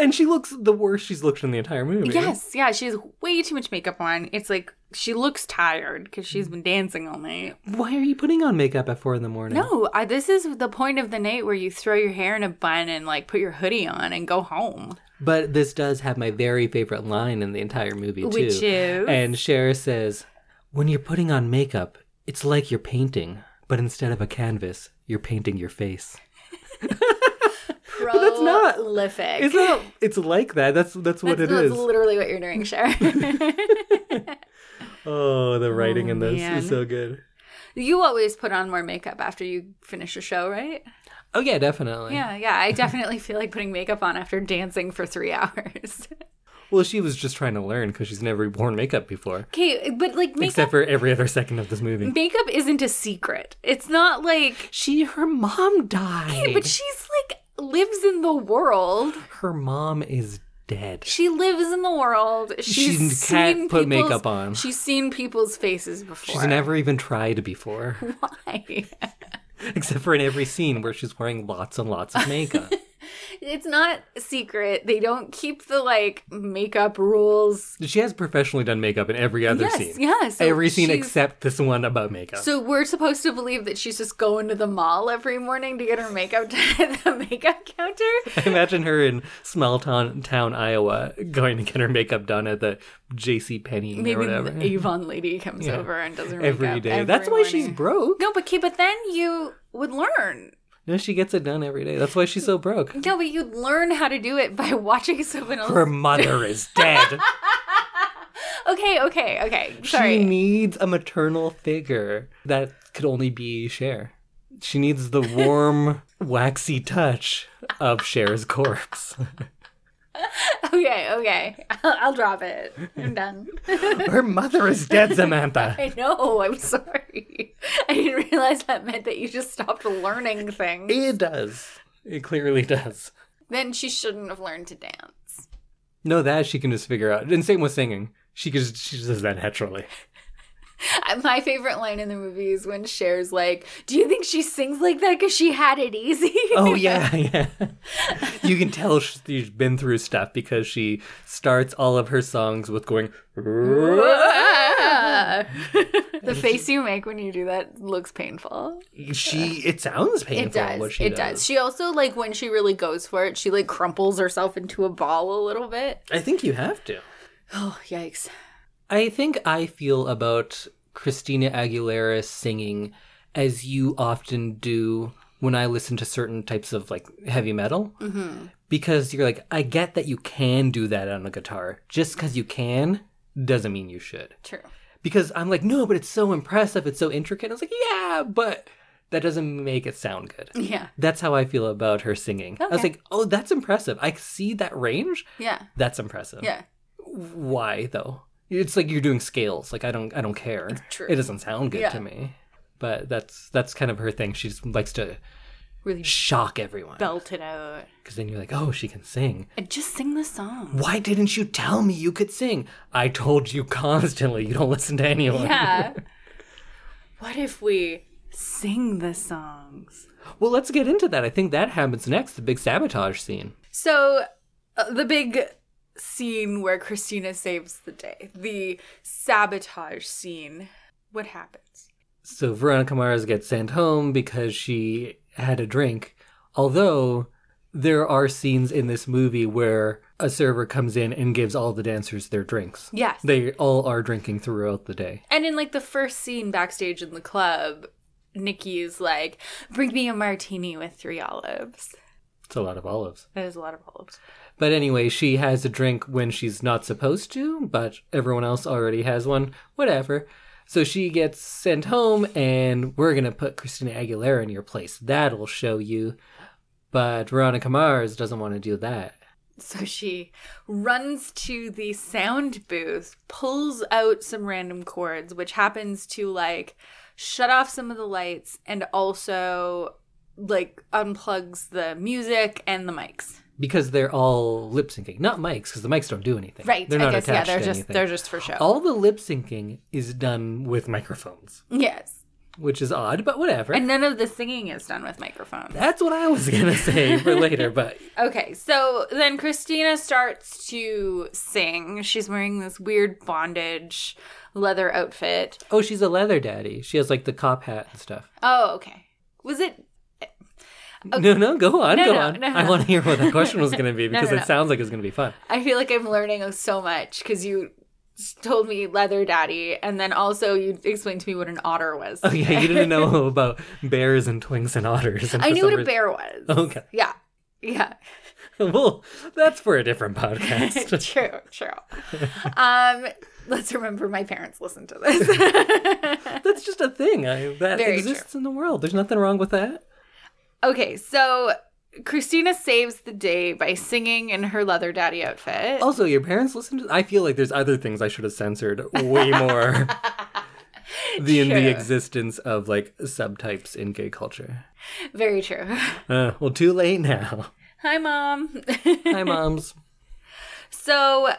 and she looks the worst she's looked in the entire movie. Yes, yeah, she has way too much makeup on. It's like she looks tired because she's been dancing all night. Why are you putting on makeup at four in the morning? No, I, this is the point of the night where you throw your hair in a bun and like put your hoodie on and go home. But this does have my very favorite line in the entire movie, too. Which is? And Cher says, When you're putting on makeup, it's like you're painting, but instead of a canvas, you're painting your face. Prolific. that's not- Prolific. It's not. It's like that. That's that's what that's, it that's is. literally what you're doing, Cher. Oh, the writing in this man. is so good. you always put on more makeup after you finish a show, right? Oh yeah, definitely. Yeah, yeah. I definitely feel like putting makeup on after dancing for three hours. Well, she was just trying to learn because she's never worn makeup before, okay, but like makeup except for every other second of this movie. makeup isn't a secret. It's not like She, her mom died. but she's like lives in the world. her mom is dead. She lives in the world. She's She can't seen put people's- makeup on. She's seen people's faces before. She's never even tried before, Why? except for in every scene where she's wearing lots and lots of makeup. It's not a secret. They don't keep the like makeup rules. she has professionally done makeup in every other Yes, scene. yeah. So every scene she's- except this one about makeup. So we're supposed to believe that she's just going to the mall every morning to get her makeup done at the makeup counter. Imagine her in small town, town Iowa going to get her makeup done at the J.C. Penney or Maybe whatever the Avon lady comes over and does her makeup every day. That's why she's morning. broke. No, but okay, but then you would learn. No, she gets it done every day. That's why she's so broke. No, but you'd learn how to do it by watching someone else. Her mother is dead. okay, okay, okay. she Sorry. needs a maternal figure that could only be Cher. She needs the warm, waxy touch of Cher's corpse. okay, okay. I'll, I'll drop it. I'm done. Her mother is dead, Samantha. I know. I'm sorry. I didn't realize that meant that you just stopped learning things. It does. It clearly does. Then she shouldn't have learned to dance. No, that she can just figure out. And same with singing. She could just, she just does that naturally. Uh, My favorite line in the movie is when Cher's like, "Do you think she sings like that because she had it easy?" Oh yeah, yeah. You can tell she's been through stuff because she starts all of her songs with going. the face you make when you do that looks painful. She. It sounds painful. It does. What she it does. She also like when she really goes for it, she like crumples herself into a ball a little bit. I think you have to. Oh yikes! I think I feel about Christina Aguilera singing as you often do when I listen to certain types of like heavy metal. Mm-hmm. Because you're like, I get that you can do that on a guitar. Just because you can doesn't mean you should. True. because I'm like, no, but it's so impressive, it's so intricate. I was like, yeah, but that doesn't make it sound good. Yeah. That's how I feel about her singing. I was Okay. like, oh, that's impressive. I see that range. Yeah. That's impressive. Yeah. Why though? It's like you're doing scales. Like I don't, I don't care. true. It doesn't sound good Yeah. to me. But that's that's kind of her thing. She just likes to Really shock everyone belt it out because then you're like, oh, she can sing. and just sing the song. Why didn't you tell me you could sing? I told you constantly. You don't listen to anyone. Yeah. what if we sing the songs? Well, let's get into that. I think that happens next, the big sabotage scene. So uh, the big scene where Christina saves the day, the sabotage scene. What happens? So Veronica Mars gets sent home because she had a drink. Although there are scenes in this movie where a server comes in and gives all the dancers their drinks. Yes. They all are drinking throughout the day. And in like the first scene backstage in the club, Nikki's like, "Bring me a martini with three olives." It's a lot of olives. That is a lot of olives. But anyway, she has a drink when she's not supposed to, but everyone else already has one. Whatever. So she gets sent home, and we're going to put Christina Aguilera in your place. That'll show you. But Veronica Mars doesn't want to do that. So she runs to the sound booth, pulls out some random cords, which happens to like shut off some of the lights and also like unplugs the music and the mics. Because they're all lip syncing, not mics, because the mics don't do anything. Right. They're not I guess yeah, attached they're to just anything. they're just for show. all the lip syncing is done with microphones, yes. which is odd, but whatever. And none of the singing is done with microphones. That's what I was gonna say for later, but Okay, so then Christina starts to sing. She's wearing this weird bondage leather outfit. oh, she's a leather daddy. She has like the cop hat and stuff. Oh, okay. Was it No, no, go on, Oh. No, go no, on. no, I no. want to hear what the question was gonna be No, because no, it no. sounds like it's gonna be fun. I feel like I'm learning so much because you s- told me leather daddy, and then also you explained to me what an otter was. Oh yeah, you didn't know about bears and twinks and otters. And I for knew some what a reason- Oh. bear was. Okay. Yeah. Yeah. Well, that's for a different podcast. true. True. um, let's remember my parents listened to this. that's just a thing I, that Very exists in the world. There's nothing wrong with that. okay, so Christina saves the day by singing in her leather daddy outfit. Also, your parents listen to. I feel like there's other things I should have censored way more than True. the existence of like subtypes in gay culture. Very true. Uh, well, too late now. Hi, mom. Hi, moms. So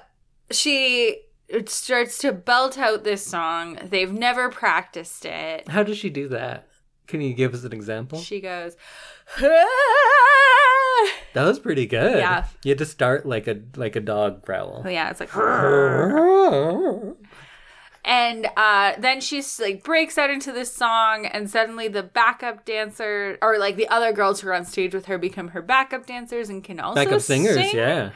she starts to belt out this song. They've never practiced it. How does she do that? Can you give us an example? She goes, "Ah!" That was pretty good. Yeah. You had to start like a like a dog growl. Oh, yeah, it's like, and uh, then she's like breaks out into this song, and suddenly the backup dancer, or like the other girls who are on stage with her, become her backup dancers and can also Backup singers, sing. yeah.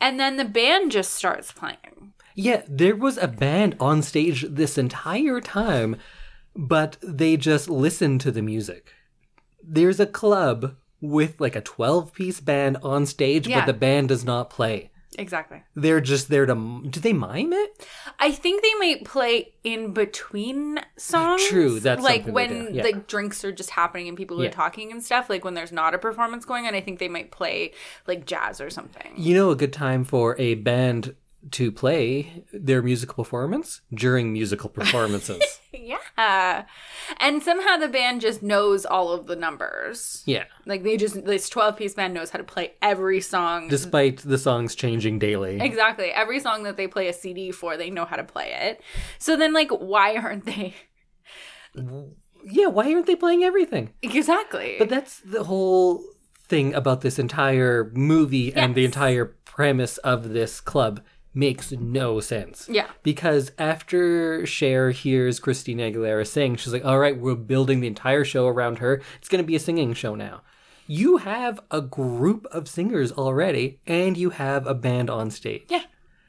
And then the band just starts playing. Yeah, there was a band on stage this entire time, but they just listened to the music. There's a club with like a 12 piece band on stage, Yeah. but the band does not play. Exactly. They're just there to. Do they mime it? I think they might play in between songs. True, that's like something they when do, yeah. like drinks are just happening and people Yeah. are talking and stuff. Like when there's not a performance going on, I think they might play like jazz or something. You know, a good time for a band to play their musical performance during musical performances. Yeah, and somehow the band just knows all of the numbers. yeah. Like they just this twelve piece band knows how to play every song. Despite the songs changing daily. Exactly. Every song that they play a CD for, they know how to play it. So then, like, why aren't they? yeah, why aren't they playing everything? Exactly. But that's the whole thing about this entire movie and the Yes. entire premise of this club makes no sense. Yeah. Because after Cher hears Christina Aguilera sing, she's like, all right, we're building the entire show around her. It's going to be a singing show now. You have a group of singers already, and you have a band on stage. yeah.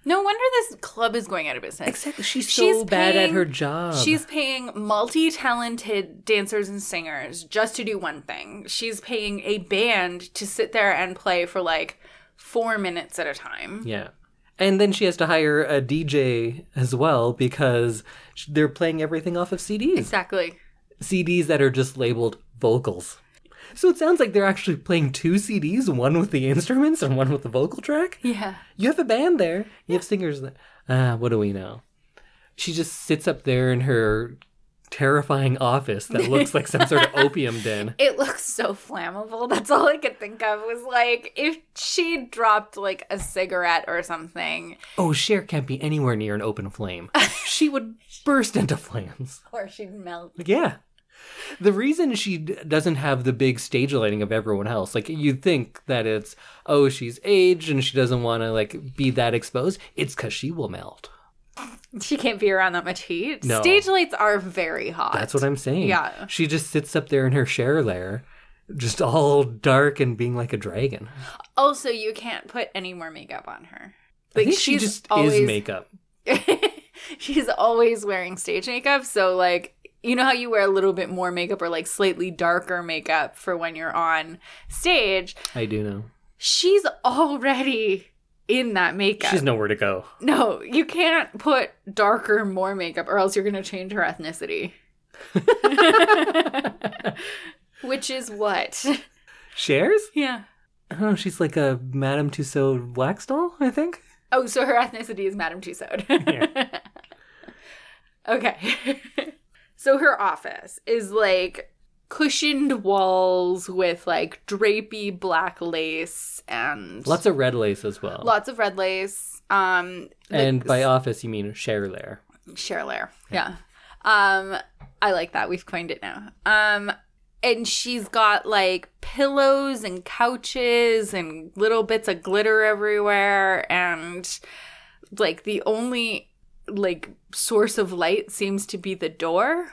No wonder this club is going out of business. Exactly. She's so She's bad at paying- her job. She's paying multi talented dancers and singers just to do one thing. She's paying a band to sit there and play for like four minutes at a time. Yeah. And then she has to hire a DJ as well because sh- they're playing everything off of CDs. Exactly. CDs that are just labeled vocals. So it sounds like they're actually playing two CDs, one with the instruments and one with the vocal track. Yeah. You have a band there. You have singers there. Ah, what do we know? She just sits up there in her terrifying office that looks like some sort of opium den. It looks so flammable. That's all I could think of was like if she dropped like a cigarette or something, Oh, Cher can't be anywhere near an open flame. She would burst into flames. or she'd melt. Yeah. The reason she d- doesn't have the big stage lighting of everyone else, like you'd think that it's oh she's aged and she doesn't want to like be that exposed, it's because she will melt. She can't be around that much heat. No. Stage lights are very hot. That's what I'm saying. Yeah. she just sits up there in her share lair, just all dark and being like a dragon. also, you can't put any more makeup on her. I think she she's just is always- makeup. she's always wearing stage makeup so like you know how you wear a little bit more makeup or like slightly darker makeup for when you're on stage. I do know. She's already in that makeup. She's nowhere to go. no, you can't put darker more makeup or else you're going to change her ethnicity. Which is what? Shares? Yeah. I don't know. She's like a Madame Tussauds wax doll, I think. Oh, so her ethnicity is Madame Tussaud. okay. so her office is like cushioned walls with like drapey black lace and Lots of red lace as well. lots of red lace. Um, and by office, you mean share lair. Share layer. Yeah. Um, I like that. We've coined it now. Um, and she's got like pillows and couches and little bits of glitter everywhere. And like the only like source of light seems to be the door.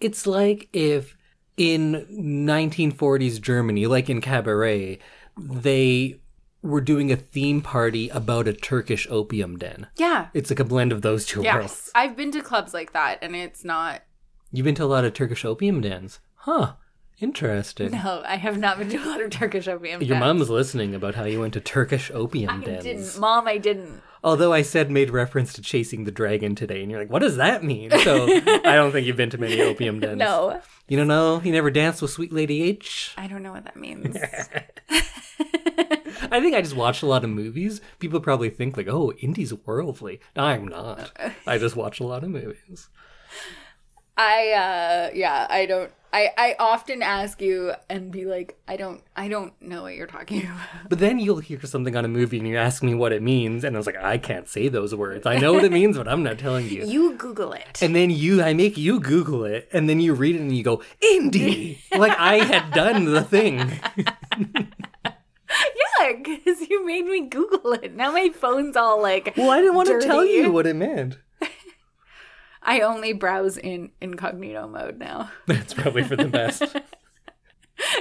It's like if in 1940s Germany, like in Cabaret, they were doing a theme party about a Turkish opium den. Yeah. It's like a blend of those two worlds. Yes. I've been to clubs like that and it's not. You've been to a lot of Turkish opium dens. Huh. Interesting. No, I have not been to a lot of Turkish opium. Your dens. mom's listening about how you went to Turkish opium I dens. didn't. Mom, I didn't. Although I said made reference to chasing the dragon today, and you're like, what does that mean? So I don't think you've been to many opium dens. No. You don't know? You never danced with Sweet Lady H? I don't know what that means. I think I just watch a lot of movies. People probably think, like, oh, Indie's worldly. I'm not. I just watch a lot of movies. I uh yeah, I don't I I often ask you and be like I don't I don't know what you're talking about. But then you'll hear something on a movie and you ask me what it means, and I was like, I can't say those words. I know what it means, but I'm not telling you. You google it. And then you, I make you Google it, and then you read it and you go, Indie! like I had done the thing. Yeah, cuz you made me google it. Now my phone's all like Well, I didn't want to tell Dirty. you what it meant. I only browse in incognito mode now That's probably for the best.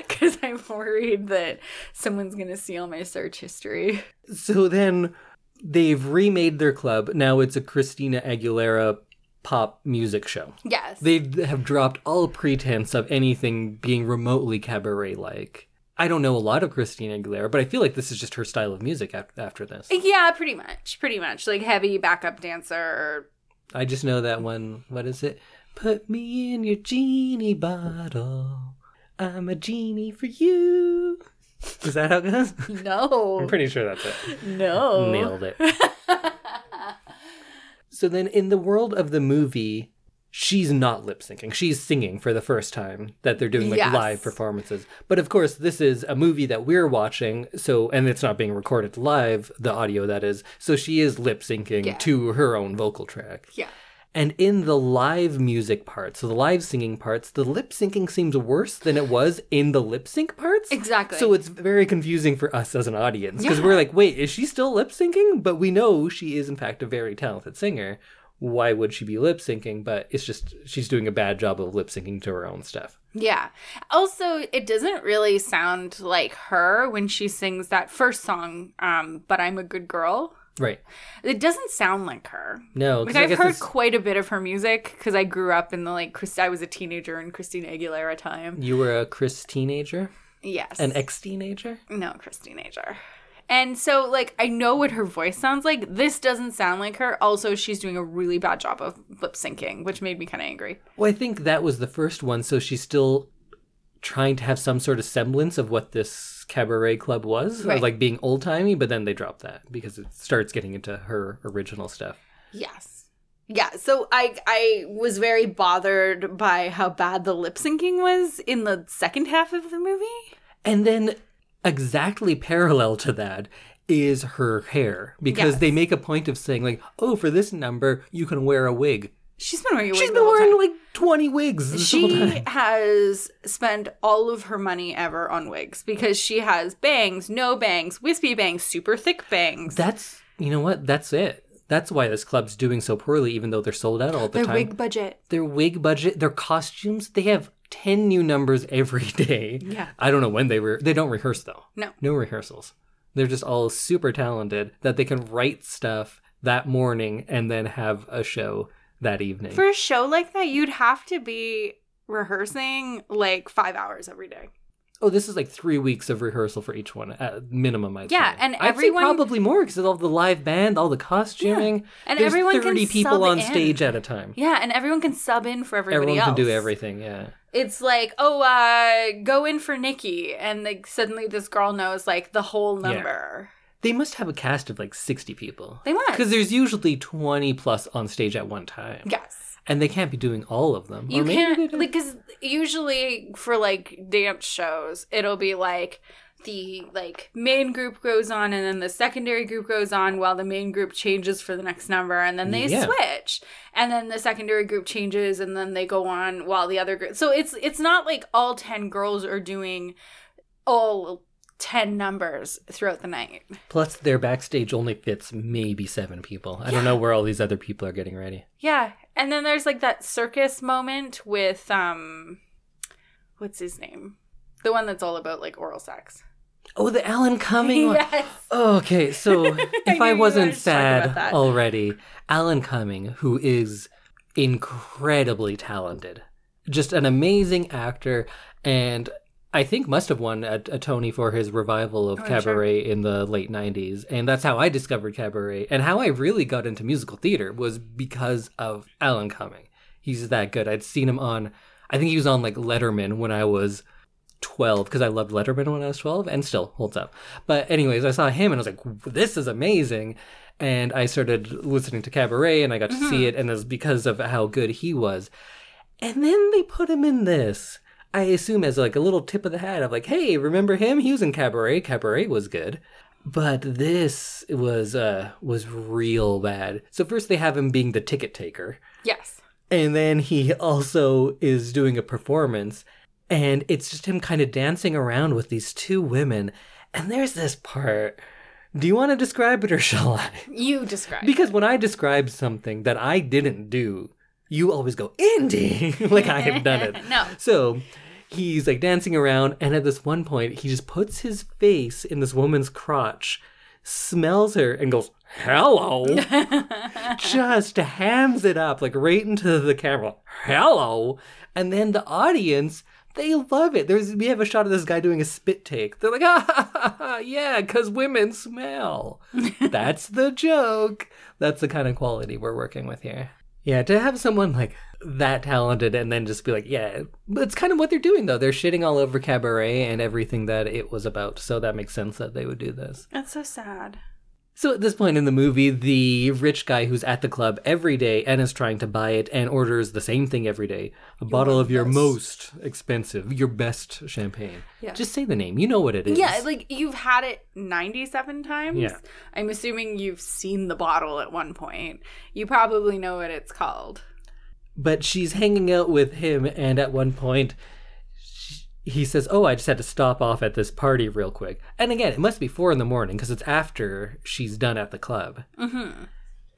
cuz I'm worried that someone's going to see all my search history. so then they've remade their club. Now it's a Christina Aguilera pop music show. Yes. They have dropped all pretense of anything being remotely cabaret like. I don't know a lot of Christina Aguilera, but I feel like this is just her style of music af- after this. yeah, pretty much. Pretty much like heavy backup dancer or I just know that one. What is it? Put me in your genie bottle. I'm a genie for you. Is that how it goes? I'm no. pretty sure that's it. No. Nailed it. so then, in the world of the movie, she's not lip syncing. She's singing for the first time that they're doing like Yes. live performances. But of course, this is a movie that we're watching, so and it's not being recorded live, the audio that is. So she is lip syncing Yeah. to her own vocal track. Yeah. And in the live music parts, so the live singing parts, the lip syncing seems worse than it was in the lip sync parts. Exactly. So it's very confusing for us as an audience because we're like, wait, is she still lip syncing? But we know she is, in fact, a very talented singer. Why would she be lip syncing? But it's just she's doing a bad job of lip syncing to her own stuff. Yeah. Also, it doesn't really sound like her when she sings that first song, um, But I'm a Good Girl. Right. It doesn't sound like her. No, Like because I I've guess heard it's- quite a bit of her music because I grew up in the like Christ- I was a teenager in Christina Aguilera time. you were a Chris teenager, Yes. an ex teenager. no, Chris teenager. And so like I know what her voice sounds like. This doesn't sound like her. Also, she's doing a really bad job of lip syncing, which made me kind of angry. Well, I think that was the first one, so she's still trying to have some sort of semblance of what this cabaret club was, of, Right. like being old timey, but then they dropped that because it starts getting into her original stuff. Yes. Yeah, so I I was very bothered by how bad the lip syncing was in the second half of the movie. And then, exactly parallel to that, is her hair because Yes. they make a point of saying, like, oh, for this number, you can wear a wig. She's been wearing a She's wig the been whole wearing time. like 20 wigs this whole She time. has spent all of her money ever on wigs because she has bangs, no bangs, wispy bangs, super thick bangs. That's, you know what? That's it. That's why this club's doing so poorly, even though they're sold out all the Their time. wig budget. their wig budget, their costumes, they have 10 new numbers every day. Yeah. I don't know when they were. They don't rehearse though. No. No rehearsals. They're just all super talented that they can write stuff that morning and then have a show that evening. For a show like that, you'd have to be rehearsing like five hours every day. oh, this is like three weeks of rehearsal for each one at minimum. I'd Yeah, say. and I'd say everyone- probably more because of all the live band, all the costuming. And There's everyone thirty can people sub on in. stage at a time. Yeah, and everyone can sub in for everybody Everyone else. can do everything. Yeah. It's like, oh, uh, go in for Nikki, and like suddenly this girl knows like the whole Yeah. number. They must have a cast of like 60 people. They must. Because there's usually 20 plus on stage at one time. Yes. And they can't be doing all of them. You Or maybe they can't do. like because usually for like dance shows, it'll be like the like main group goes on and then the secondary group goes on while the main group changes for the next number and then they Yeah. switch and then the secondary group changes and then they go on while the other group so it's it's not like all 10 girls are doing all 10 numbers throughout the night Plus, their backstage only fits maybe seven people. I don't know where all these other people are getting ready. Yeah, and then there's like that circus moment with um, what's his name? The one that's all about like oral sex. Oh, the Alan Cumming one. Oh, yes. Okay, so I if knew I you wasn't wanted to talk about sad that. already, Alan Cumming, who is incredibly talented, just an amazing actor, and I think must have won a, a Tony for his revival of Oh, I'm sure. Cabaret in the late 90s. And that's how I discovered Cabaret. And how I really got into musical theater was because of Alan Cumming. He's that good. I'd seen him on, I think he was on like Letterman when I was 12 because I loved Letterman when I was 12 and still holds up. But anyways, I saw him and I was like, this is amazing. And I started listening to Cabaret and I got to Mm-hmm. see it and it was because of how good he was. And then they put him in this. I assume as like a little tip of the hat of like, hey, remember him? He was in Cabaret. Cabaret was good. But this was uh was real bad. So first they have him being the ticket taker. Yes. And then he also is doing a performance, and it's just him kind of dancing around with these two women. And there's this part. Do you want to describe it or shall I? You describe. Because when I describe something that I didn't do, you always go, Indy! like I have done it. no. So he's like dancing around, and at this one point, he just puts his face in this woman's crotch, smells her, and goes, Hello! just hams it up like right into the camera. Hello. And then the audience, they love it. There's we have a shot of this guy doing a spit take. They're like, ah, ha, ha, ha, yeah, because women smell. That's the joke. That's the kind of quality we're working with here. Yeah, to have someone like that talented and then just be like, yeah, but it's kind of what they're doing though. They're shitting all over cabaret and everything that it was about. So that makes sense that they would do this. That's so sad. So at this point in the movie, the rich guy who's at the club every day and is trying to buy it and orders the same thing every day a bottle of your most expensive, your best champagne. Yeah. Just say the name. You know what it is. Yeah, like you've had it 97 times. Yeah. I'm assuming you've seen the bottle at one point. You probably know what it's called. but she's hanging out with him, and at one point, sh- he says, "Oh, I just had to stop off at this party real quick." And again, it must be four in the morning because it's after she's done at the club. Mm-hmm.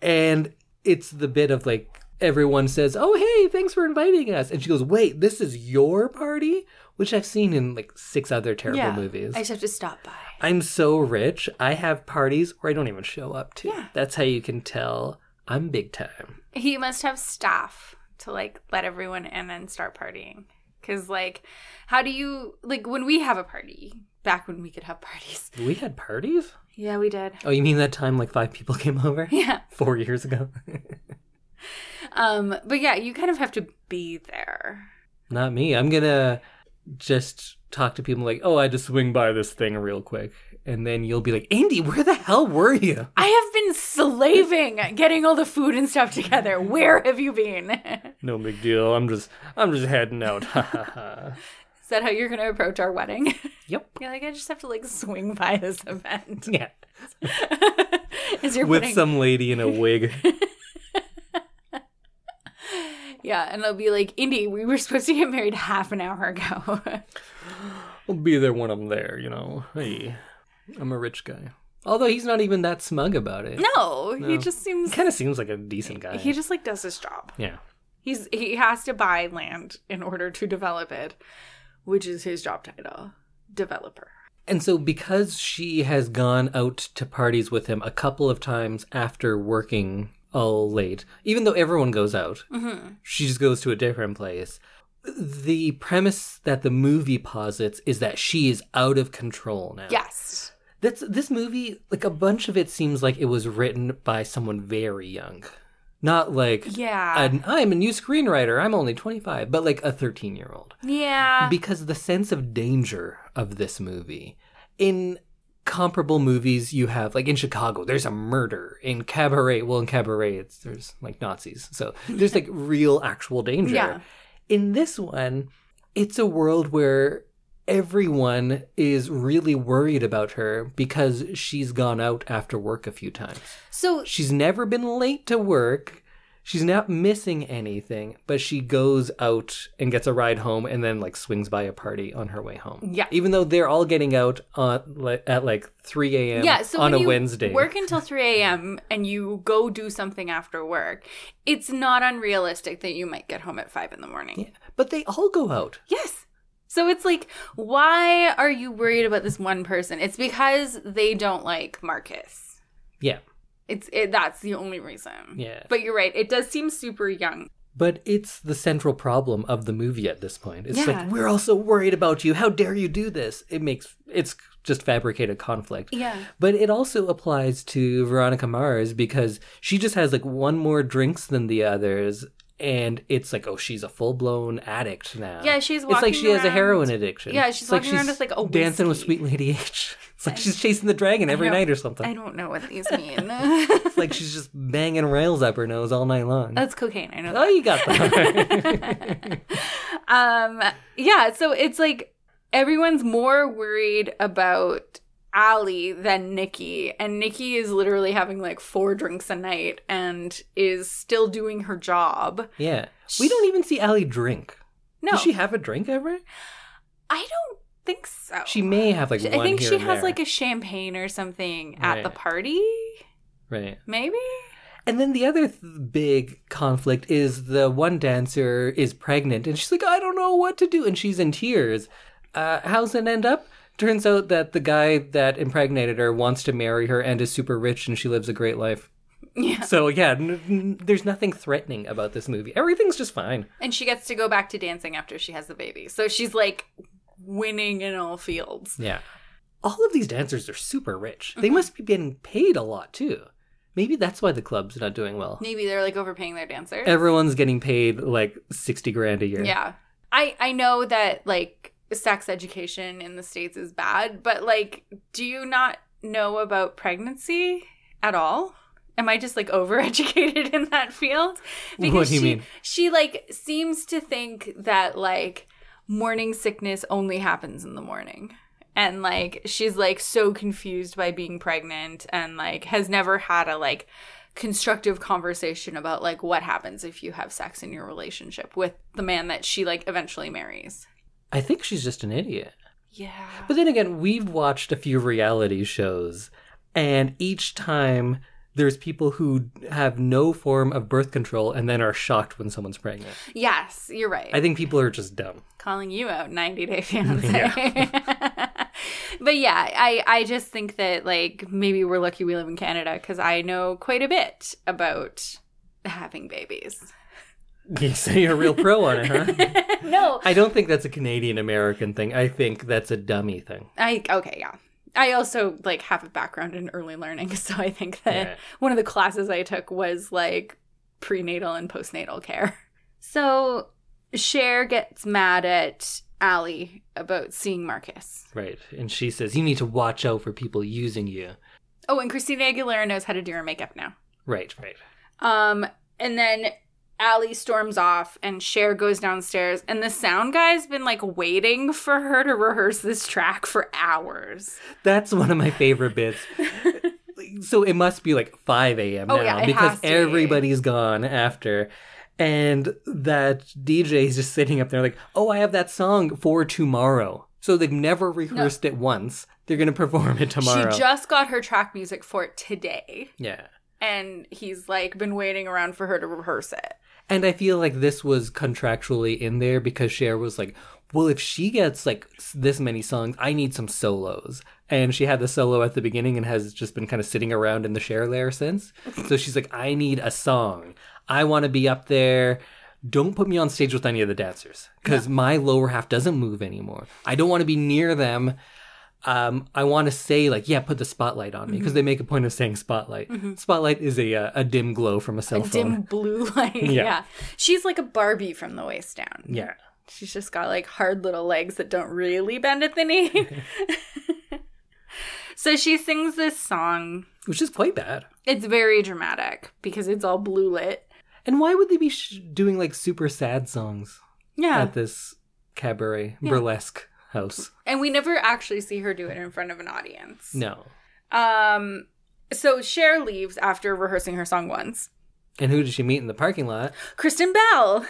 and it's the bit of like everyone says oh hey thanks for inviting us and she goes wait this is your party which i've seen in like six other terrible movies I just have to stop by. i'm so rich i have parties where i don't even show up to Yeah. that's how you can tell i'm big time He must have staff to like let everyone in and start partying. Cause like, how do you like when we have a party? Back when we could have parties. we had parties Yeah, we did. oh you mean that time like five people came over Yeah. four years ago Um. But yeah, you kind of have to be there. Not me. I'm gonna just talk to people like, oh, I just swing by this thing real quick, and then you'll be like, Andy, where the hell were you? I have been slaving at getting all the food and stuff together. Where have you been? Is No big deal. I'm just, I'm just heading out. that how you're gonna approach our wedding? yep. You're like, I just have to like swing by this event. Yeah. Is your With wedding- some lady in a wig. Yeah, and I'll be like, Indy, we were supposed to get married half an hour ago. I'll be there when I'm there. You know. Hey, I'm a rich guy. Although he's not even that smug about it. No, he just seems Kind of seems like a decent guy. he just like does his job. yeah. He's he has to buy land in order to develop it, which is his job title, developer. And so, because she has gone out to parties with him a couple of times after working all late. Even though everyone goes out, Mm-hmm. she just goes to a different place. The premise that the movie posits is that she is out of control now. Yes. That's this movie, like a bunch of it seems like it was written by someone very young. Not like Yeah. an, I'm a new screenwriter, I'm only 25, but like a 13 year old. yeah. Because the sense of danger of this movie. In comparable movies, you have, like in Chicago, there's a murder. In Cabaret, well, in Cabaret, it's, there's like Nazis. So there's like real, actual danger. Yeah. In this one, it's a world where everyone is really worried about her because she's gone out after work a few times. so She's never been late to work. She's not missing anything, but she goes out and gets a ride home and then like swings by a party on her way home. Yeah. Even though they're all getting out on, like, at like 3 a.m. yeah, so on when a you Wednesday. work until 3 a.m. and you go do something after work, it's not unrealistic that you might get home at 5 in the morning. Yeah. But they all go out. Yes. So it's like, why are you worried about this one person? It's because they don't like Marcus. Yeah. It's it, that's the only reason. Yeah. But you're right. It does seem super young. But it's the central problem of the movie at this point. It's Yeah. like, we're all so worried about you. How dare you do this? It makes, it's just fabricated conflict. Yeah. But it also applies to Veronica Mars because she just has like one more drinks than the others. And it's like, oh, she's a full blown addict now. Uh, Yeah, she's It's walking like she has a around- heroin addiction. Yeah, she's It's like walking around with, like, a dancing with whiskey. Sweet Lady H. It's like she's chasing the dragon every know. night or something. I don't know what these mean. It's like she's just banging rails up her nose all night long. that's cocaine. I know. oh, That. you got that. Um. Yeah. So it's like everyone's more worried about Allie than Nikki, and Nikki is literally having like four drinks a night and is still doing her job. yeah. We don't even see Allie drink. No, Does she have a drink ever? I don't think so. She may have like I one think here she and has there. like a champagne or something at the Right. party. right. Maybe. And then the other th- big conflict is the one dancer is pregnant and she's like, I don't know what to do. And she's in tears. Uh, how's it end up? Turns out that the guy that impregnated her wants to marry her and is super rich and she lives a great life. Yeah. So, yeah, n- n- there's nothing threatening about this movie. Everything's just fine. And she gets to go back to dancing after she has the baby. So she's like winning in all fields. Yeah. All of these dancers are super rich. They must be getting paid a lot too. Maybe that's why the club's not doing well. Maybe they're like overpaying their dancers. Everyone's getting paid like 60 grand a year. yeah. I I know that like sex education in the states is bad, but like do you not know about pregnancy at all? Am I just like overeducated in that field? What do you she, mean? She like seems to think that like morning sickness only happens in the morning. And like she's like so confused by being pregnant and like has never had a like constructive conversation about like what happens if you have sex in your relationship with the man that she like eventually marries. I think she's just an idiot. Yeah. But then again, we've watched a few reality shows, and each time there's people who have no form of birth control and then are shocked when someone's pregnant. yes, you're right. I think people are just dumb. calling you out 90 day fiance but yeah i i just think that like maybe we're lucky we live in canada because i know quite a bit about having babies You say you're a real pro on it, huh? no I don't think that's a Canadian American thing. I think that's a dummy thing. i okay yeah i also like have a background in early learning so i think that Yeah. one of the classes i took was like prenatal and postnatal care so Cher gets mad at Allie about seeing Marcus. Right. And she says, You need to watch out for people using you. Oh, and Christina Aguilera knows how to do her makeup now. Right, right. Um, and then Allie storms off and Cher goes downstairs and the sound guy's been like waiting for her to rehearse this track for hours. That's one of my favorite bits. so it must be like 5 a.m. now Oh, yeah, it because has to be. everybody's gone after. And that DJ is just sitting up there like, oh, I have that song for tomorrow. So they've never rehearsed it once. They're going to perform it tomorrow. She just got her track music for today yeah. and he's like been waiting around for her to rehearse it. And I feel like this was contractually in there because Cher was like, well, if she gets like s- this many songs, I need some solos. And she had the solo at the beginning and has just been kind of sitting around in the share layer since. So she's like, I need a song. I want to be up there. Don't put me on stage with any of the dancers because my lower half doesn't move anymore. I don't want to be near them. Um, I want to say like, yeah, put the spotlight on me because they make a point of saying spotlight. Spotlight is a uh, a dim glow from a cell phone. Dim blue light. Yeah. Yeah. She's like a Barbie from the waist down. yeah. She's just got like hard little legs that don't really bend at the knee. so she sings this song. which is quite bad. It's very dramatic because it's all blue lit. And why would they be sh- doing like super sad songs Yeah. at this cabaret burlesque house? and we never actually see her do it in front of an audience. No. Um so Cher leaves after rehearsing her song once. And who did she meet in the parking lot? Kristen Bell,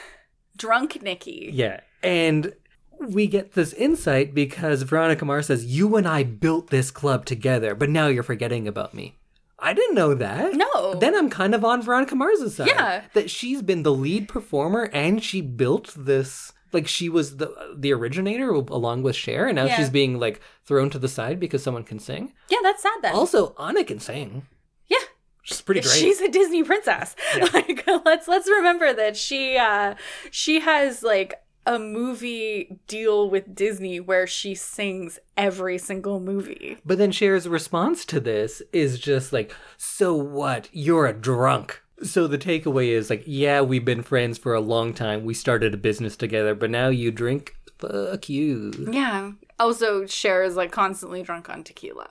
drunk Nikki. Yeah. And we get this insight because Veronica Mars says, You and I built this club together, but now you're forgetting about me. I didn't know that. No. Then I'm kind of on Veronica Mars' side. Yeah. That she's been the lead performer and she built this. Like she was the the originator along with Cher, and now Yeah. she's being like thrown to the side because someone can sing. yeah, that's sad then. Also, Anna can sing. Yeah. She's pretty great. She's a Disney princess. Like let's let's remember that she uh she has like a movie deal with Disney where she sings every single movie. But then Cher's response to this is just like, so what? You're a drunk. So the takeaway is like, yeah, we've been friends for a long time. We started a business together, but now you drink. Fuck you. Yeah. Also, Cher is like constantly drunk on tequila.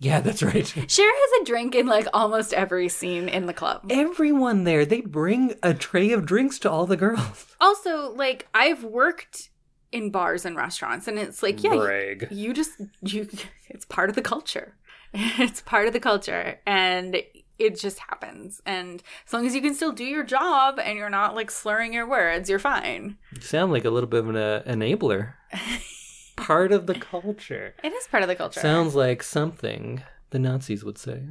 Yeah, that's right. Cher has a drink in like almost every scene in the club. Everyone there, they bring a tray of drinks to all the girls. Also, like I've worked in bars and restaurants and it's like, yeah, you- Brag. you just you it's part of the culture it's part of the culture and it just happens and as long as you can still do your job and you're not like slurring your words you're fine You sound like a little bit of an uh, enabler. Part of the culture. it is part of the culture Sounds like something the Nazis would say.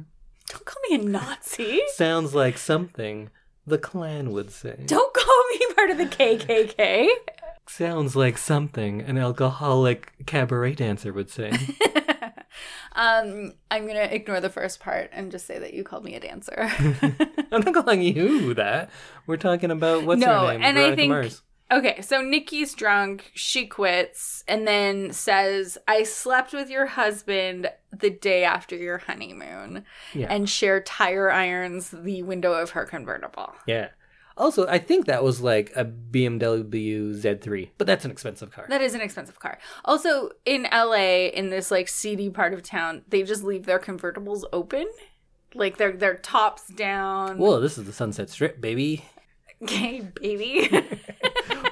don't call me a nazi Sounds like something the Klan would say. don't call me part of the kkk Sounds like something an alcoholic cabaret dancer would say. um i'm gonna ignore the first part and just say that you called me a dancer I'm not calling you that. We're talking about what's No, her name? and I Veronica think- Mars. Okay, so Nikki's drunk, she quits, and then says, I slept with your husband the day after your honeymoon. Yeah. And Cher tire irons the window of her convertible. Yeah. Also, I think that was like a BMW Z3, but that's an expensive car. That is an expensive car. Also, in LA, in this like seedy part of town, they just leave their convertibles open. Like their their tops down. Whoa, this is the Sunset Strip, baby. Okay, baby.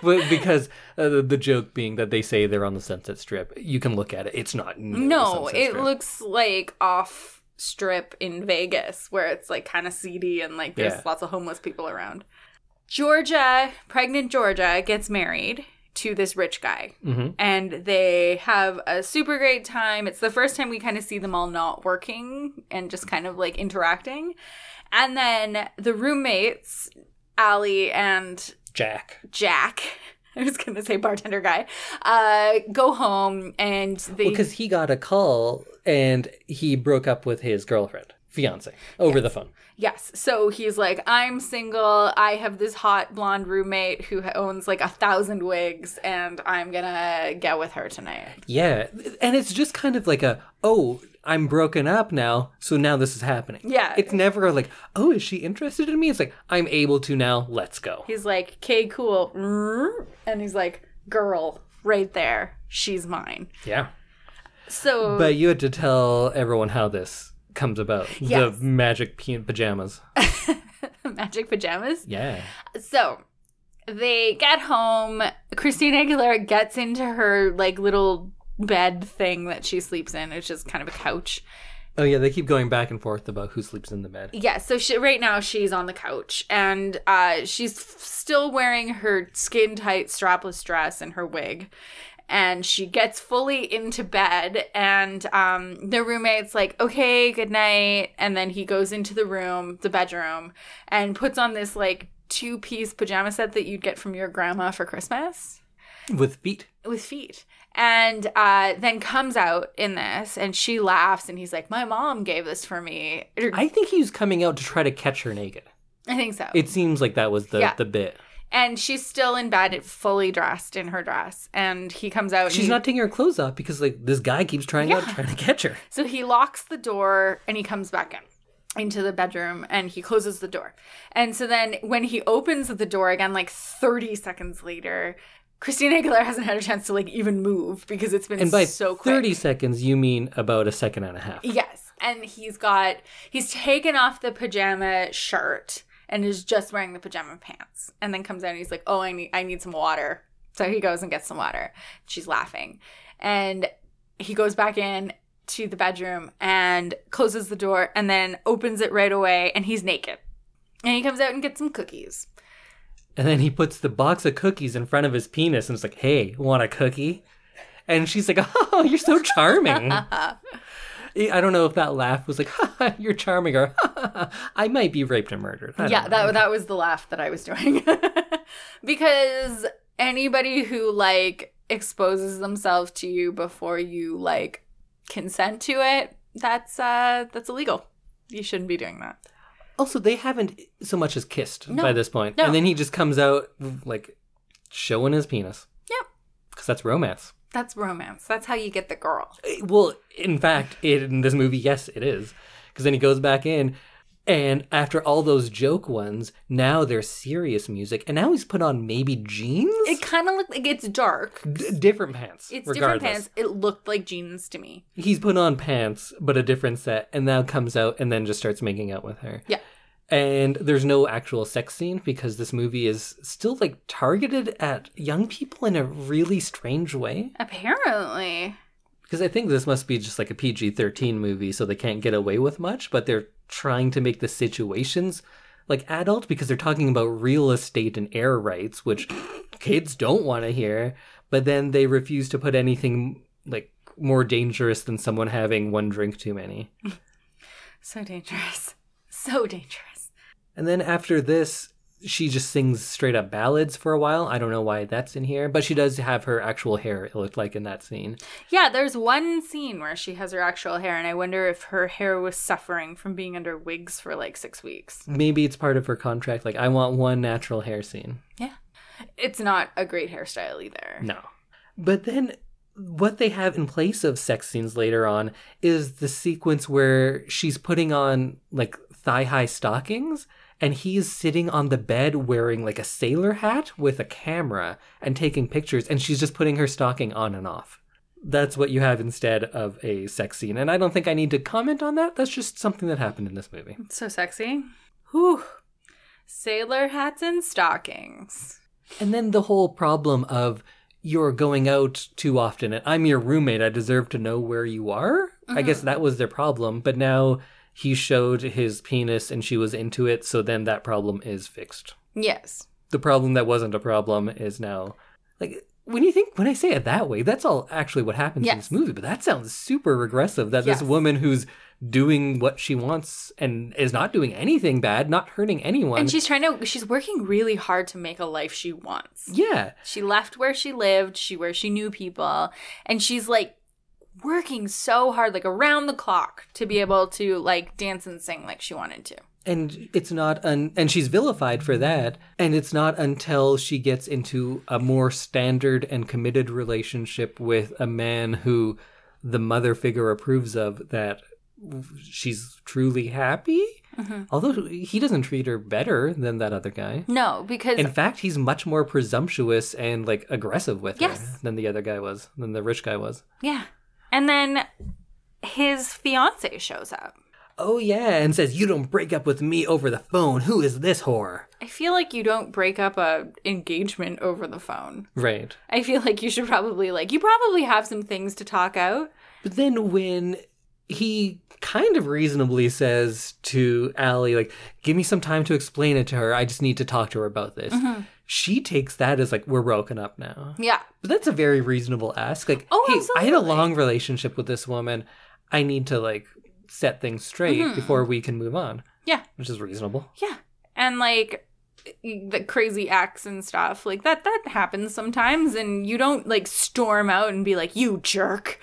but because uh, the- the joke being that they say they're on the Sunset Strip, you can look at it. It's not. near the no, Sunset it Strip. looks like off strip in Vegas where it's like kind of seedy and like there's Yeah. lots of homeless people around. Georgia, pregnant Georgia, gets married to this rich guy Mhm. and they have a super great time. It's the first time we kind of see them all not working and just kind of like interacting. And then the roommates, Allie and Jack. Jack, I was going to say bartender guy, uh, go home and they. because he got a call and he broke up with his girlfriend, fiance, over the phone. Yes. So he's like, I'm single. I have this hot blonde roommate who ha- owns like a thousand wigs, and I'm gonna get with her tonight. Yeah, and it's just kind of like a oh, I'm broken up now, so now this is happening. Yeah. it's never like oh, is she interested in me? It's like I'm able to now. Let's go. He's like, "Okay, cool," Mm-hmm. and he's like, "Girl, right there, she's mine." Yeah, So but you had to tell everyone how this comes about. Yes. The magic pe- pajamas. magic pajamas. Yeah, So they get home. Christina Aguilera gets into her like little bed thing that she sleeps in, which is kind of a couch. Oh yeah, they keep going back and forth about who sleeps in the bed. Yeah, so she, right now she's on the couch and uh, she's f- still wearing her skin tight strapless dress and her wig. And she gets fully into bed, and um, the roommate's like, okay, good night. And then he goes into the room, the bedroom, and puts on this like two piece pajama set that you'd get from your grandma for Christmas. with feet. with feet and uh, then comes out in this and she laughs and he's like my mom gave this for me Or- I think he was coming out to try to catch her naked. I think so It seems like that was the, Yeah. the bit. and she's still in bed fully dressed in her dress and he comes out and She's he- not taking her clothes off because like this guy keeps trying out trying to catch her. so he locks the door and he comes back in into the bedroom and he closes the door and so then when he opens the door again like 30 seconds later Christina Aguilera hasn't had a chance to like even move because it's been And by so quick. 30 seconds, you mean about a second and a half. Yes. And he's got, he's taken off the pajama shirt and is just wearing the pajama pants. And then comes out and he's like, oh, I need, I need some water. So he goes and gets some water. She's laughing. And he goes back in to the bedroom and closes the door and then opens it right away and he's naked. And he comes out and gets some cookies. And then he puts the box of cookies in front of his penis and is like, hey, want a cookie? And she's like, oh, you're so charming. Uh-huh. I don't know if that laugh was like, ha, ha, you're charming, or ha, ha, ha, I might be raped and murdered. I don't yeah, know. that that was the laugh that I was doing. because anybody who like exposes themselves to you before you like consent to it, that's uh that's illegal. You shouldn't be doing that. Also, they haven't so much as kissed No. by this point. No. And then he just comes out, like, showing his penis. Yep. Because that's romance. That's romance. That's how you get the girl. Eh, Well, in fact, it, in this movie, yes, it is. Because then he goes back in, and after all those joke ones, now there's serious music, and now he's put on maybe jeans? It kind of looked like it's dark. D- different pants. It's different regardless. pants. It looked like jeans to me. He's put on pants, but a different set, and now comes out and then just starts making out with her. Yeah. And there's no actual sex scene because this movie is still like targeted at young people in a really strange way. Apparently. Because I think this must be just like a PG 13 movie, so they can't get away with much, but they're trying to make the situations like adult because they're talking about real estate and air rights, which kids don't want to hear, but then they refuse to put anything like more dangerous than someone having one drink too many. So dangerous. So dangerous. And then after this, she just sings straight up ballads for a while. I don't know why that's in here, but she does have her actual hair, it looked like in that scene. Yeah, there's one scene where she has her actual hair, and I wonder if her hair was suffering from being under wigs for like six weeks. Maybe it's part of her contract. Like, I want one natural hair scene. It's not a great hairstyle either. No. But then what they have in place of sex scenes later on is the sequence where she's putting on like thigh high stockings and he's sitting on the bed wearing like a sailor hat with a camera and taking pictures and she's just putting her stocking on and off. That's what you have instead of a sex scene. And I don't think I need to comment on that. That's just something that happened in this movie. It's so sexy. Whew. Sailor hats and stockings. And then the whole problem of you're going out too often and I'm your roommate, I deserve to know where you are. I guess Mm-hmm. that was their problem, but now he showed his penis and she was into it, so then that problem is fixed. Yes. The problem that wasn't a problem is now like when you think when I say it that way, that's all actually what happens in Yes. this movie, but that sounds super regressive that Yes. this woman who's doing what she wants and is not doing anything bad, not hurting anyone. And she's trying to, she's working really hard to make a life she wants. yeah. She left where she lived, she where she knew people, and she's like working so hard, like around the clock, to be able to like dance and sing like she wanted to. and it's not un- and she's vilified for that and it's not until she gets into a more standard and committed relationship with a man who the mother figure approves of that she's truly happy although he doesn't treat her better than that other guy No, because in fact he's much more presumptuous and like aggressive with her Yes. than the other guy was than the rich guy was Yeah. And then his fiance shows up. oh yeah and says you don't break up with me over the phone who is this whore I feel like you don't break up a engagement over the phone. right I feel like you should probably like you probably have some things to talk out. But then when he kind of reasonably says to Allie, like, give me some time to explain it to her. I just need to talk to her about this. Mm-hmm. She takes that as like, we're broken up now. Yeah. But that's a very reasonable ask. Like, Oh, hey, I had a absolutely. long relationship with this woman. I need to like set things straight before we can move on, Mm-hmm. Yeah. which is reasonable. Yeah. And like the crazy acts and stuff like that that happens sometimes and you don't like storm out and be like you jerk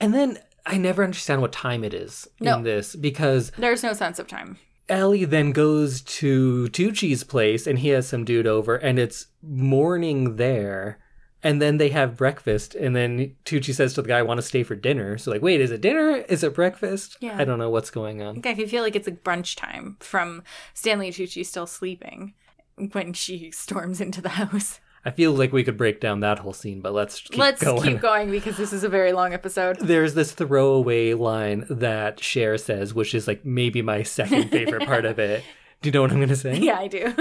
And then I never understand what time it is No. in this because there's no sense of time Ellie then goes to Tucci's place and he has some dude over and it's morning there. And then they have breakfast and then Tucci says to the guy, want to stay for dinner. So like, wait, is it dinner? Is it breakfast? Yeah. I don't know what's going on. like, i can feel like it's like brunch time from stanley tucci still sleeping when she storms into the house I feel like we could break down that whole scene, but let's keep let's going. keep going because this is a very long episode There's this throwaway line that Cher says, which is like maybe my second favorite part of it. Do you know what I'm gonna say? yeah i do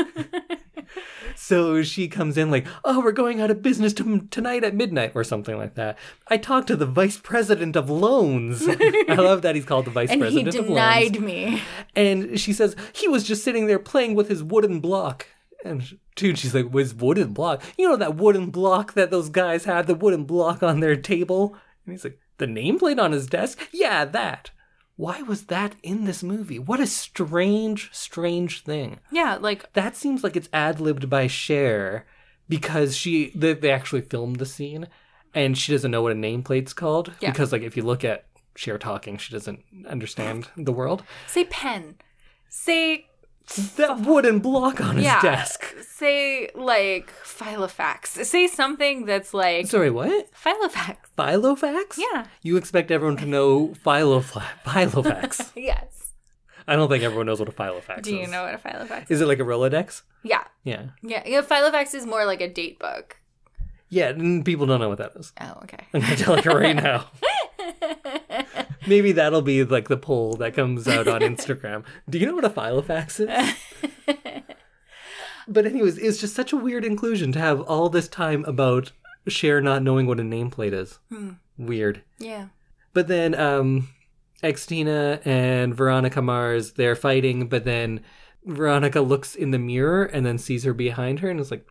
So she comes in like, "Oh, we're going out of business t- tonight at midnight or something like that." I talked to the vice president of loans. I love that he's called the vice and he president of denied loans. me And she says he was just sitting there playing with his wooden block. And dude, she's like, "With wooden block? You know that wooden block that those guys have, the wooden block on their table?" And he's like, "The nameplate on his desk? Yeah, that." Why was that in this movie? What a strange, strange thing yeah like that seems like it's ad libbed by Cher because she they, they actually filmed the scene and she doesn't know what a nameplate's called Yeah. because like if you look at Cher talking, she doesn't understand the world. say pen say That wooden block on his yeah desk. say like file of fax say something that's like Sorry, what? file of fax Filofax? Yeah. You expect everyone to know philofla- Filofax. yes I don't think everyone knows what a Filofax is. do you know what a file of fax is Is it like a Rolodex? yeah Yeah. yeah yeah file of fax is more like a date book Yeah, and people don't know what that is. oh okay I'm gonna tell you right now. Maybe that'll be like the poll that comes out on Instagram. Do you know what a filofax is? but anyways, it's just such a weird inclusion to have all this time about Cher not knowing what a nameplate is. Weird. yeah But then um Extina and Veronica Mars, they're fighting, but then Veronica looks in the mirror and then sees her behind her and is like,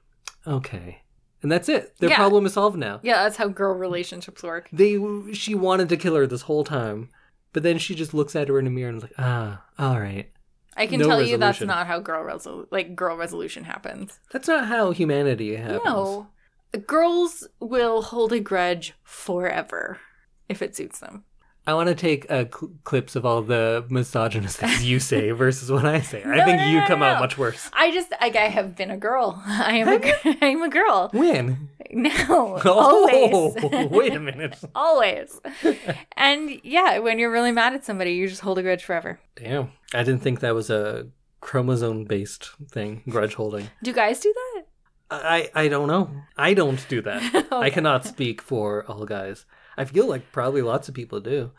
okay. And that's it. Their Yeah. problem is solved now yeah that's how girl relationships work they she wanted to kill her this whole time but then she just looks at her in the mirror and is like ah all right i can No tell you that's resolution. not how girl resol- like girl resolution happens that's not how humanity happens no girls will hold a grudge forever if it suits them i want to take uh, cl- clips of all the misogynist things you say versus what i say i No, think no, you no, come out no. much worse I just like I have been a girl. I am a gr- I am a girl. when No, oh always, wait a minute always. And yeah, when you're really mad at somebody, you just hold a grudge forever. damn i didn't think that was a chromosome based thing grudge holding Do guys do that? I, I don't know. I don't do that. I Okay. cannot speak for all guys. I feel like probably lots of people do.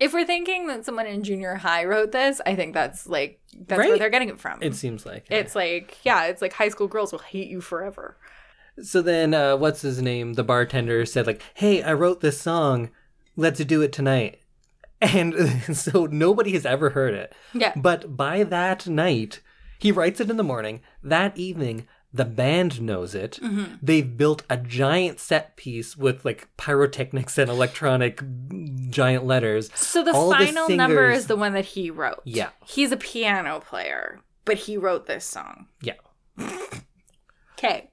If we're thinking that someone in junior high wrote this, I think that's like that's where Right. they're getting it from. It seems like yeah. it's like yeah, it's like high school girls will hate you forever. So then, uh, what's his name? The bartender said, like, hey, I wrote this song. Let's do it tonight. And so nobody has ever heard it. Yeah. But by that night, he writes it in the morning. That evening, the band knows it. Mm-hmm. They've built a giant set piece with like pyrotechnics and electronic giant letters. So the All the final number singers- is the one that he wrote. Yeah. He's a piano player, but he wrote this song. Yeah. Okay.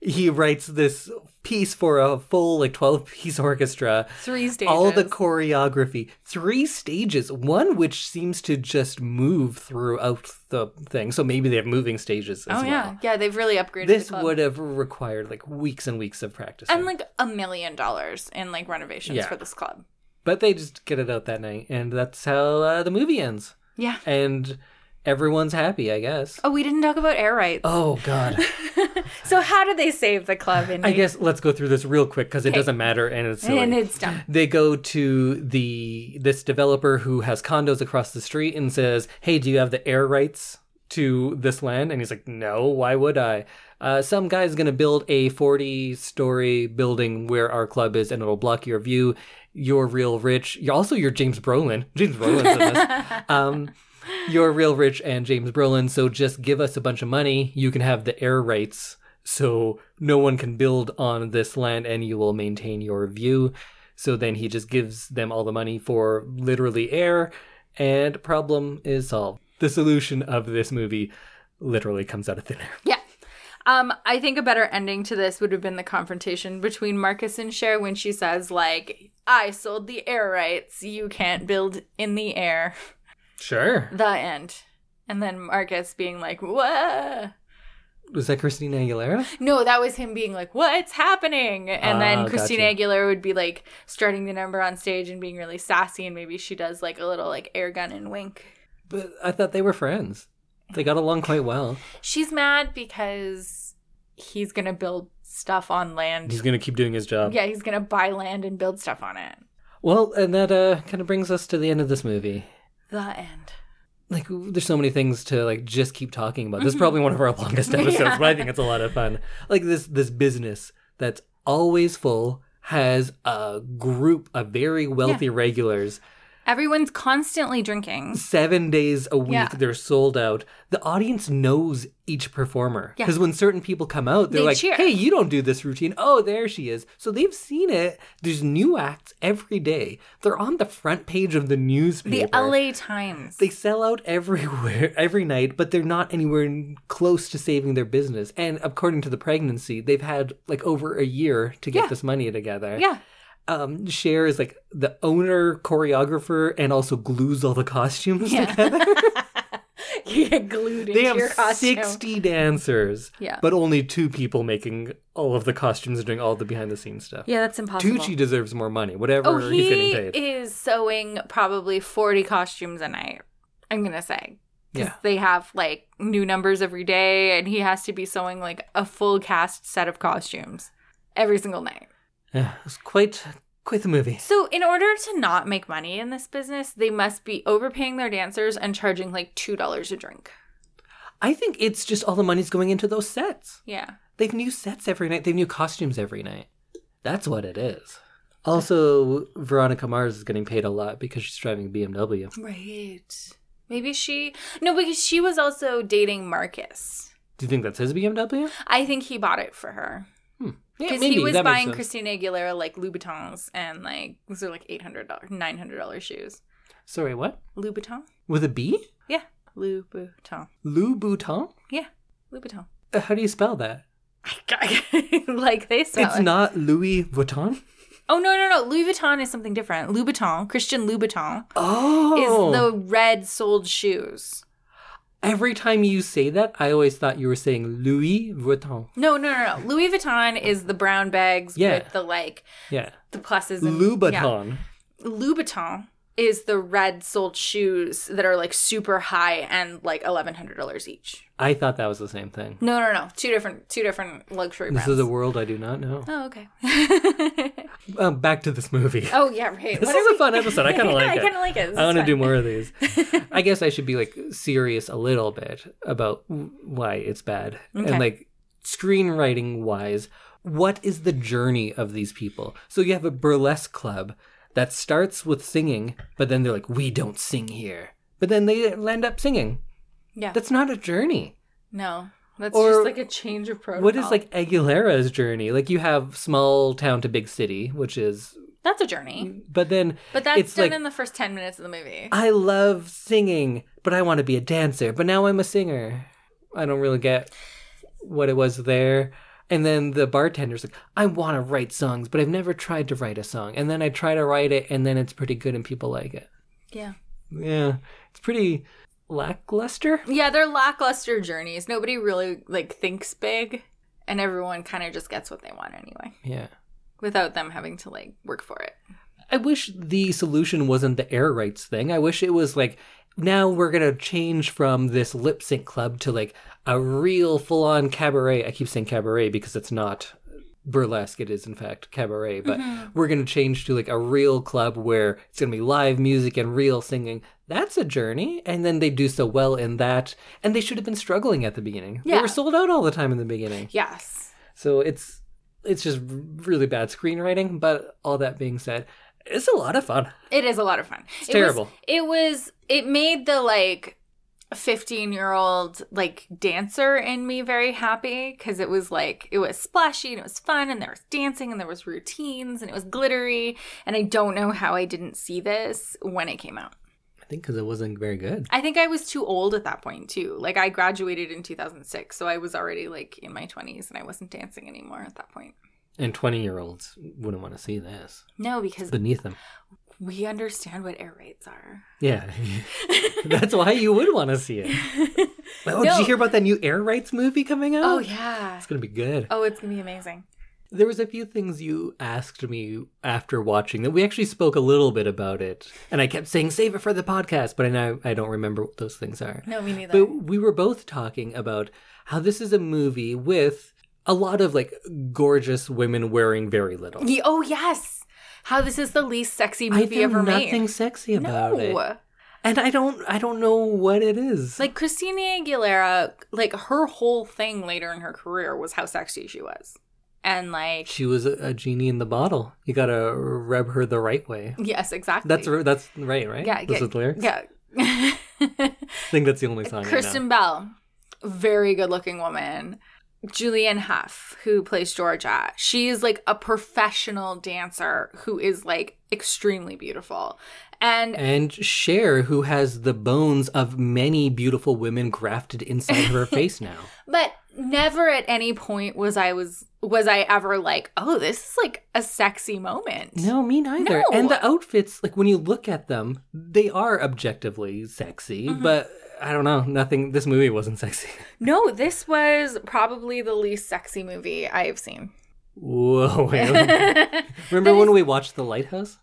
He writes this piece for a full like 12 piece orchestra. Three stages. all the choreography three stages one which seems to just move throughout the thing so maybe they have moving stages as Oh well yeah, yeah. They've really upgraded. this the club. would have required like weeks and weeks of practice and like a million dollars in like renovations Yeah. for this club. but they just get it out that night and that's how uh, the movie ends Yeah. and everyone's happy i guess Oh, we didn't talk about air rights. oh god So how do they save the club? In i guess let's go through this real quick because it doesn't matter and it's silly. and it's done. they go to the this developer who has condos across the street and says, "Hey, do you have the air rights to this land?" And he's like, "No, why would I?" Uh, some guy's gonna build a forty-story building where our club is, and it'll block your view. You're real rich. You're also you're James Brolin. James Brolin's in this. Um, you're real rich and James Brolin, so just give us a bunch of money. You can have the air rights, so no one can build on this land, and you will maintain your view. So then he just gives them all the money for literally air, and problem is solved. The solution of this movie literally comes out of thin air. Yeah. Um, I think a better ending to this would have been the confrontation between Marcus and Cher when she says, like, I sold the air rights, you can't build in the air. Sure. The end. And then Marcus being like, Whoa. Was that Christina Aguilera? No, that was him being like, "What's happening?" And Ah, then gotcha. Christina Aguilera would be like starting the number on stage and being really sassy, and maybe she does like a little like air gun and wink. But I thought they were friends. They got along quite well. She's mad because he's gonna build stuff on land. He's going to keep doing his job. yeah, he's gonna buy land and build stuff on it. Well, and that uh, kind of brings us to the end of this movie. The end. Like, there's so many things to like just keep talking about. This is probably one of our longest episodes, Mm-hmm. Yeah. but I think it's a lot of fun. Like this this business that's always full has a group of very wealthy regulars Everyone's constantly drinking. seven days a week Yeah. they're sold out the audience knows each performer Yeah. because when certain people come out they're They like cheer. hey you don't do this routine oh there she is so they've seen it there's new acts every day they're on the front page of the The newspaper LA Times. they sell out everywhere every night but they're not anywhere n- close to saving their business and according to the pregnancy they've had like over a year to get Yeah. this money together yeah. um Cher is like the owner choreographer and also glues all the costumes Yeah. together yeah, glued they into have your costume. 60 dancers Yeah. but only two people making all of the costumes and doing all the behind the scenes stuff yeah, that's impossible. Tucci deserves more money whatever Oh, he he's getting paid is sewing probably 40 costumes a night. I'm going to say. 'Cause Yeah. They have like new numbers every day, and he has to be sewing like a full cast set of costumes every single night. yeah, it's quite quite the movie So, in order to not make money in this business, they must be overpaying their dancers and charging like $2 a drink. I think it's just all the money's going into those sets Yeah. They've new sets every night. They've new costumes every night. That's what it is. Also, Veronica Mars is getting paid a lot because she's driving a BMW. Right. Maybe she. No, because she was also dating Marcus. Do you think that's his BMW? I think he bought it for her. Yeah, Because he was That makes buying sense. Christina Aguilera like Louboutins and like those are like eight hundred dollars, nine hundred dollars shoes. Sorry, what? Louboutin, With a B? yeah, Louboutin, Lou Bouton? yeah, Louboutin. Uh, How do you spell that? like they spell it's it. not Louis Vuitton. oh no no no! Louis Vuitton is something different. Louboutin, Christian Louboutin, Oh, is the red soled shoes. every time you say that, I always thought you were saying Louis Vuitton. No no no no. Louis Vuitton is the brown bags Yeah. with the like Yeah, the pluses. And, yeah. Louboutin. Louboutin is the red soled shoes that are like super high and like eleven hundred dollars each. I thought that was the same thing. No, no, no. Two different, two different luxury This brands. is a world I do not know. oh, okay. Um, back to this movie. oh, yeah, right. This What is are a fun we- episode. I kind Yeah, of like I it. kind of like it. This I is want to fun. do more of these. I guess I should be like serious a little bit about w- why it's bad Okay. and like screenwriting wise, what is the journey of these people? So you have a burlesque club that starts with singing, but then they're like, we don't sing here. But then they end up singing. Yeah. That's not a journey. no, that's Or- just like a change of protocol. What is like Aguilera's journey? Like you have small town to big city, which is, That's a journey, but then but that's Mm. It's done like- in the first ten minutes of the movie. I love singing, but I want to be a dancer, but now I'm a singer. I don't really get what it was there. And then the bartender's like, I want to write songs, but I've never tried to write a song. And then I try to write it, and then it's pretty good, and people like it. yeah. Yeah, it's pretty lackluster. Yeah, they're lackluster journeys. Nobody really like thinks big, and everyone kind of just gets what they want anyway, Yeah. without them having to like work for it. I wish the solution wasn't the air rights thing. I wish it was like, now we're going to change from this lip sync club to like a real full on cabaret. I keep saying cabaret because it's not burlesque. It is, in fact, cabaret. But Mm-hmm. we're going to change to like a real club where it's going to be live music and real singing. That's a journey. And then they do so well in that. And they should have been struggling at the beginning. They Yeah. were sold out all the time in the beginning. Yes. So it's it's just really bad screenwriting. But all that being said, it's a lot of fun. It is a lot of fun. It's terrible. it was it made the like 15 year old like dancer in me very happy because it was like it was splashy and it was fun and there was dancing and there was routines and it was glittery and I don't know how I didn't see this when it came out. I think because it wasn't very good. I think I was too old at that point too. Like I graduated in 2006, so I was already like in my 20s and I wasn't dancing anymore at that point. And 20 year olds wouldn't want to see this. No, because Beneath them. we understand what air rates are. Yeah. That's why you would want to see it. Oh, did No. you hear about that new air rights movie coming out? Oh yeah. It's going to be good. Oh, it's going to be amazing. There was a few things you asked me after watching that we actually spoke a little bit about it. And I kept saying, save it for the podcast, but I now I don't remember what those things are. No, me neither. But we were both talking about how this is a movie with a lot of like gorgeous women wearing very little. Ye- oh yes. How this is the least sexy I movie found ever nothing made. sexy about it. No. And I don't I don't know what it is. Like Christina Aguilera, like her whole thing later in her career was how sexy she was. And like she was a, a genie in the bottle. You got to rub her the right way. yes, exactly. That's r- that's right, right? Yeah, Those yeah, are the lyrics. Yeah. I think that's the only song I know. Kristen Bell, very good looking woman. Julianne Hough, who plays Georgia, she is like a professional dancer who is like extremely beautiful. And And Cher, who has the bones of many beautiful women grafted inside her face now. but never at any point was I was was I ever like, oh, this is like a sexy moment. No, me neither. No. And the outfits, like when you look at them, they are objectively sexy, Mm-hmm. but I don't know, nothing. This movie wasn't sexy. No, this was probably the least sexy movie I have seen. Whoa. wait. oh Remember when we watched The Lighthouse?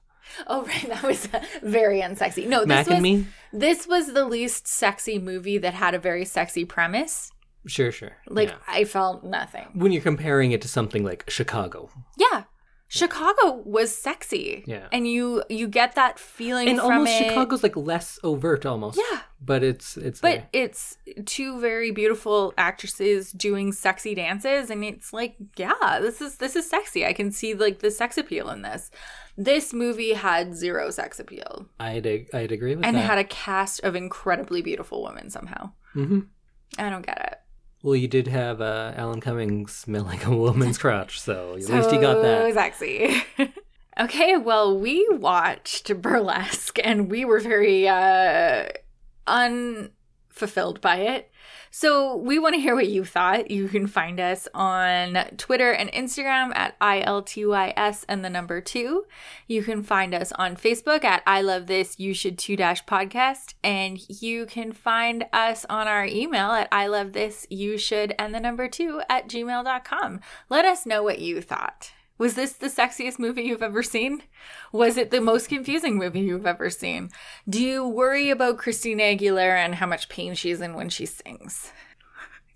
right, that was uh, very unsexy. No, this Mac was and me? This was the least sexy movie that had a very sexy premise. Sure, sure. Like Yeah. I felt nothing. when you're comparing it to something like Chicago. Yeah. Chicago was sexy. Yeah. And you you get that feeling And from almost it. Chicago's like less overt almost. Yeah. But it's it's But there. it's two very beautiful actresses doing sexy dances and it's like, yeah, this is this is sexy. I can see like the sex appeal in this. This movie had zero sex appeal. I'd ag- I'd agree with And that. it had a cast of incredibly beautiful women somehow. hmm I don't get it. Well, you did have uh, Alan Cummings smelling a woman's crotch, so at least you got So that. sexy. okay, well, we watched Burlesque and we were very uh, unfulfilled by it. So we want to hear what you thought. You can find us on Twitter and Instagram at ILTYS and the number two. You can find us on Facebook at I Love This You Should Two Dash Podcast. And you can find us on our email at I Love This You Should and the number two at gmail.com. Let us know what you thought. Was this the sexiest movie you've ever seen? Was it the most confusing movie you've ever seen? Do you worry about Christina Aguilera and how much pain she's in when she sings?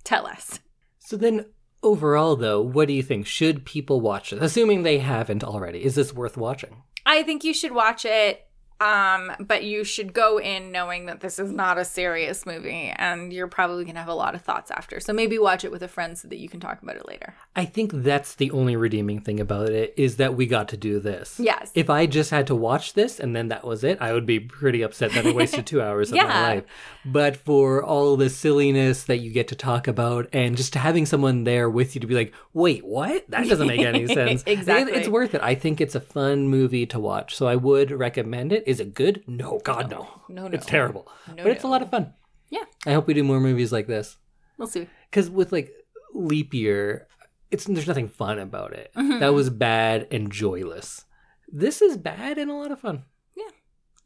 Tell us. So then, overall, though, what do you think? Should people watch this? Assuming they haven't already, is this worth watching? I think you should watch it, um, but you should go in knowing that this is not a serious movie and you're probably going to have a lot of thoughts after. So maybe watch it with a friend so that you can talk about it later. I think that's the only redeeming thing about it is that we got to do this. Yes. If I just had to watch this and then that was it, I would be pretty upset that I wasted two hours of Yeah. my life. But for all the silliness that you get to talk about and just having someone there with you to be like, wait, what? That doesn't make any sense. Exactly. It- It's worth it. I think it's a fun movie to watch. So I would recommend it. Is it good? No, God, no. No, no. It's terrible. Oh, No, but it's a lot of fun. Yeah. I hope we do more movies like this We'll see. because with like leap year it's there's nothing fun about it Mm-hmm. that was bad and joyless this is bad and a lot of fun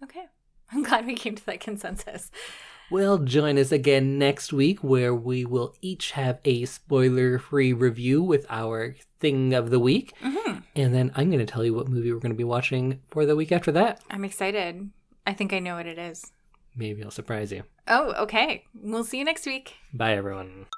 Okay. I'm glad we came to that consensus. well join us again next week where we will each have a spoiler free review with our thing of the week Mm-hmm. and then i'm going to tell you what movie we're going to be watching for the week after that I'm excited. I think I know what it is. maybe i'll surprise you Oh, okay. We'll see you next week. bye everyone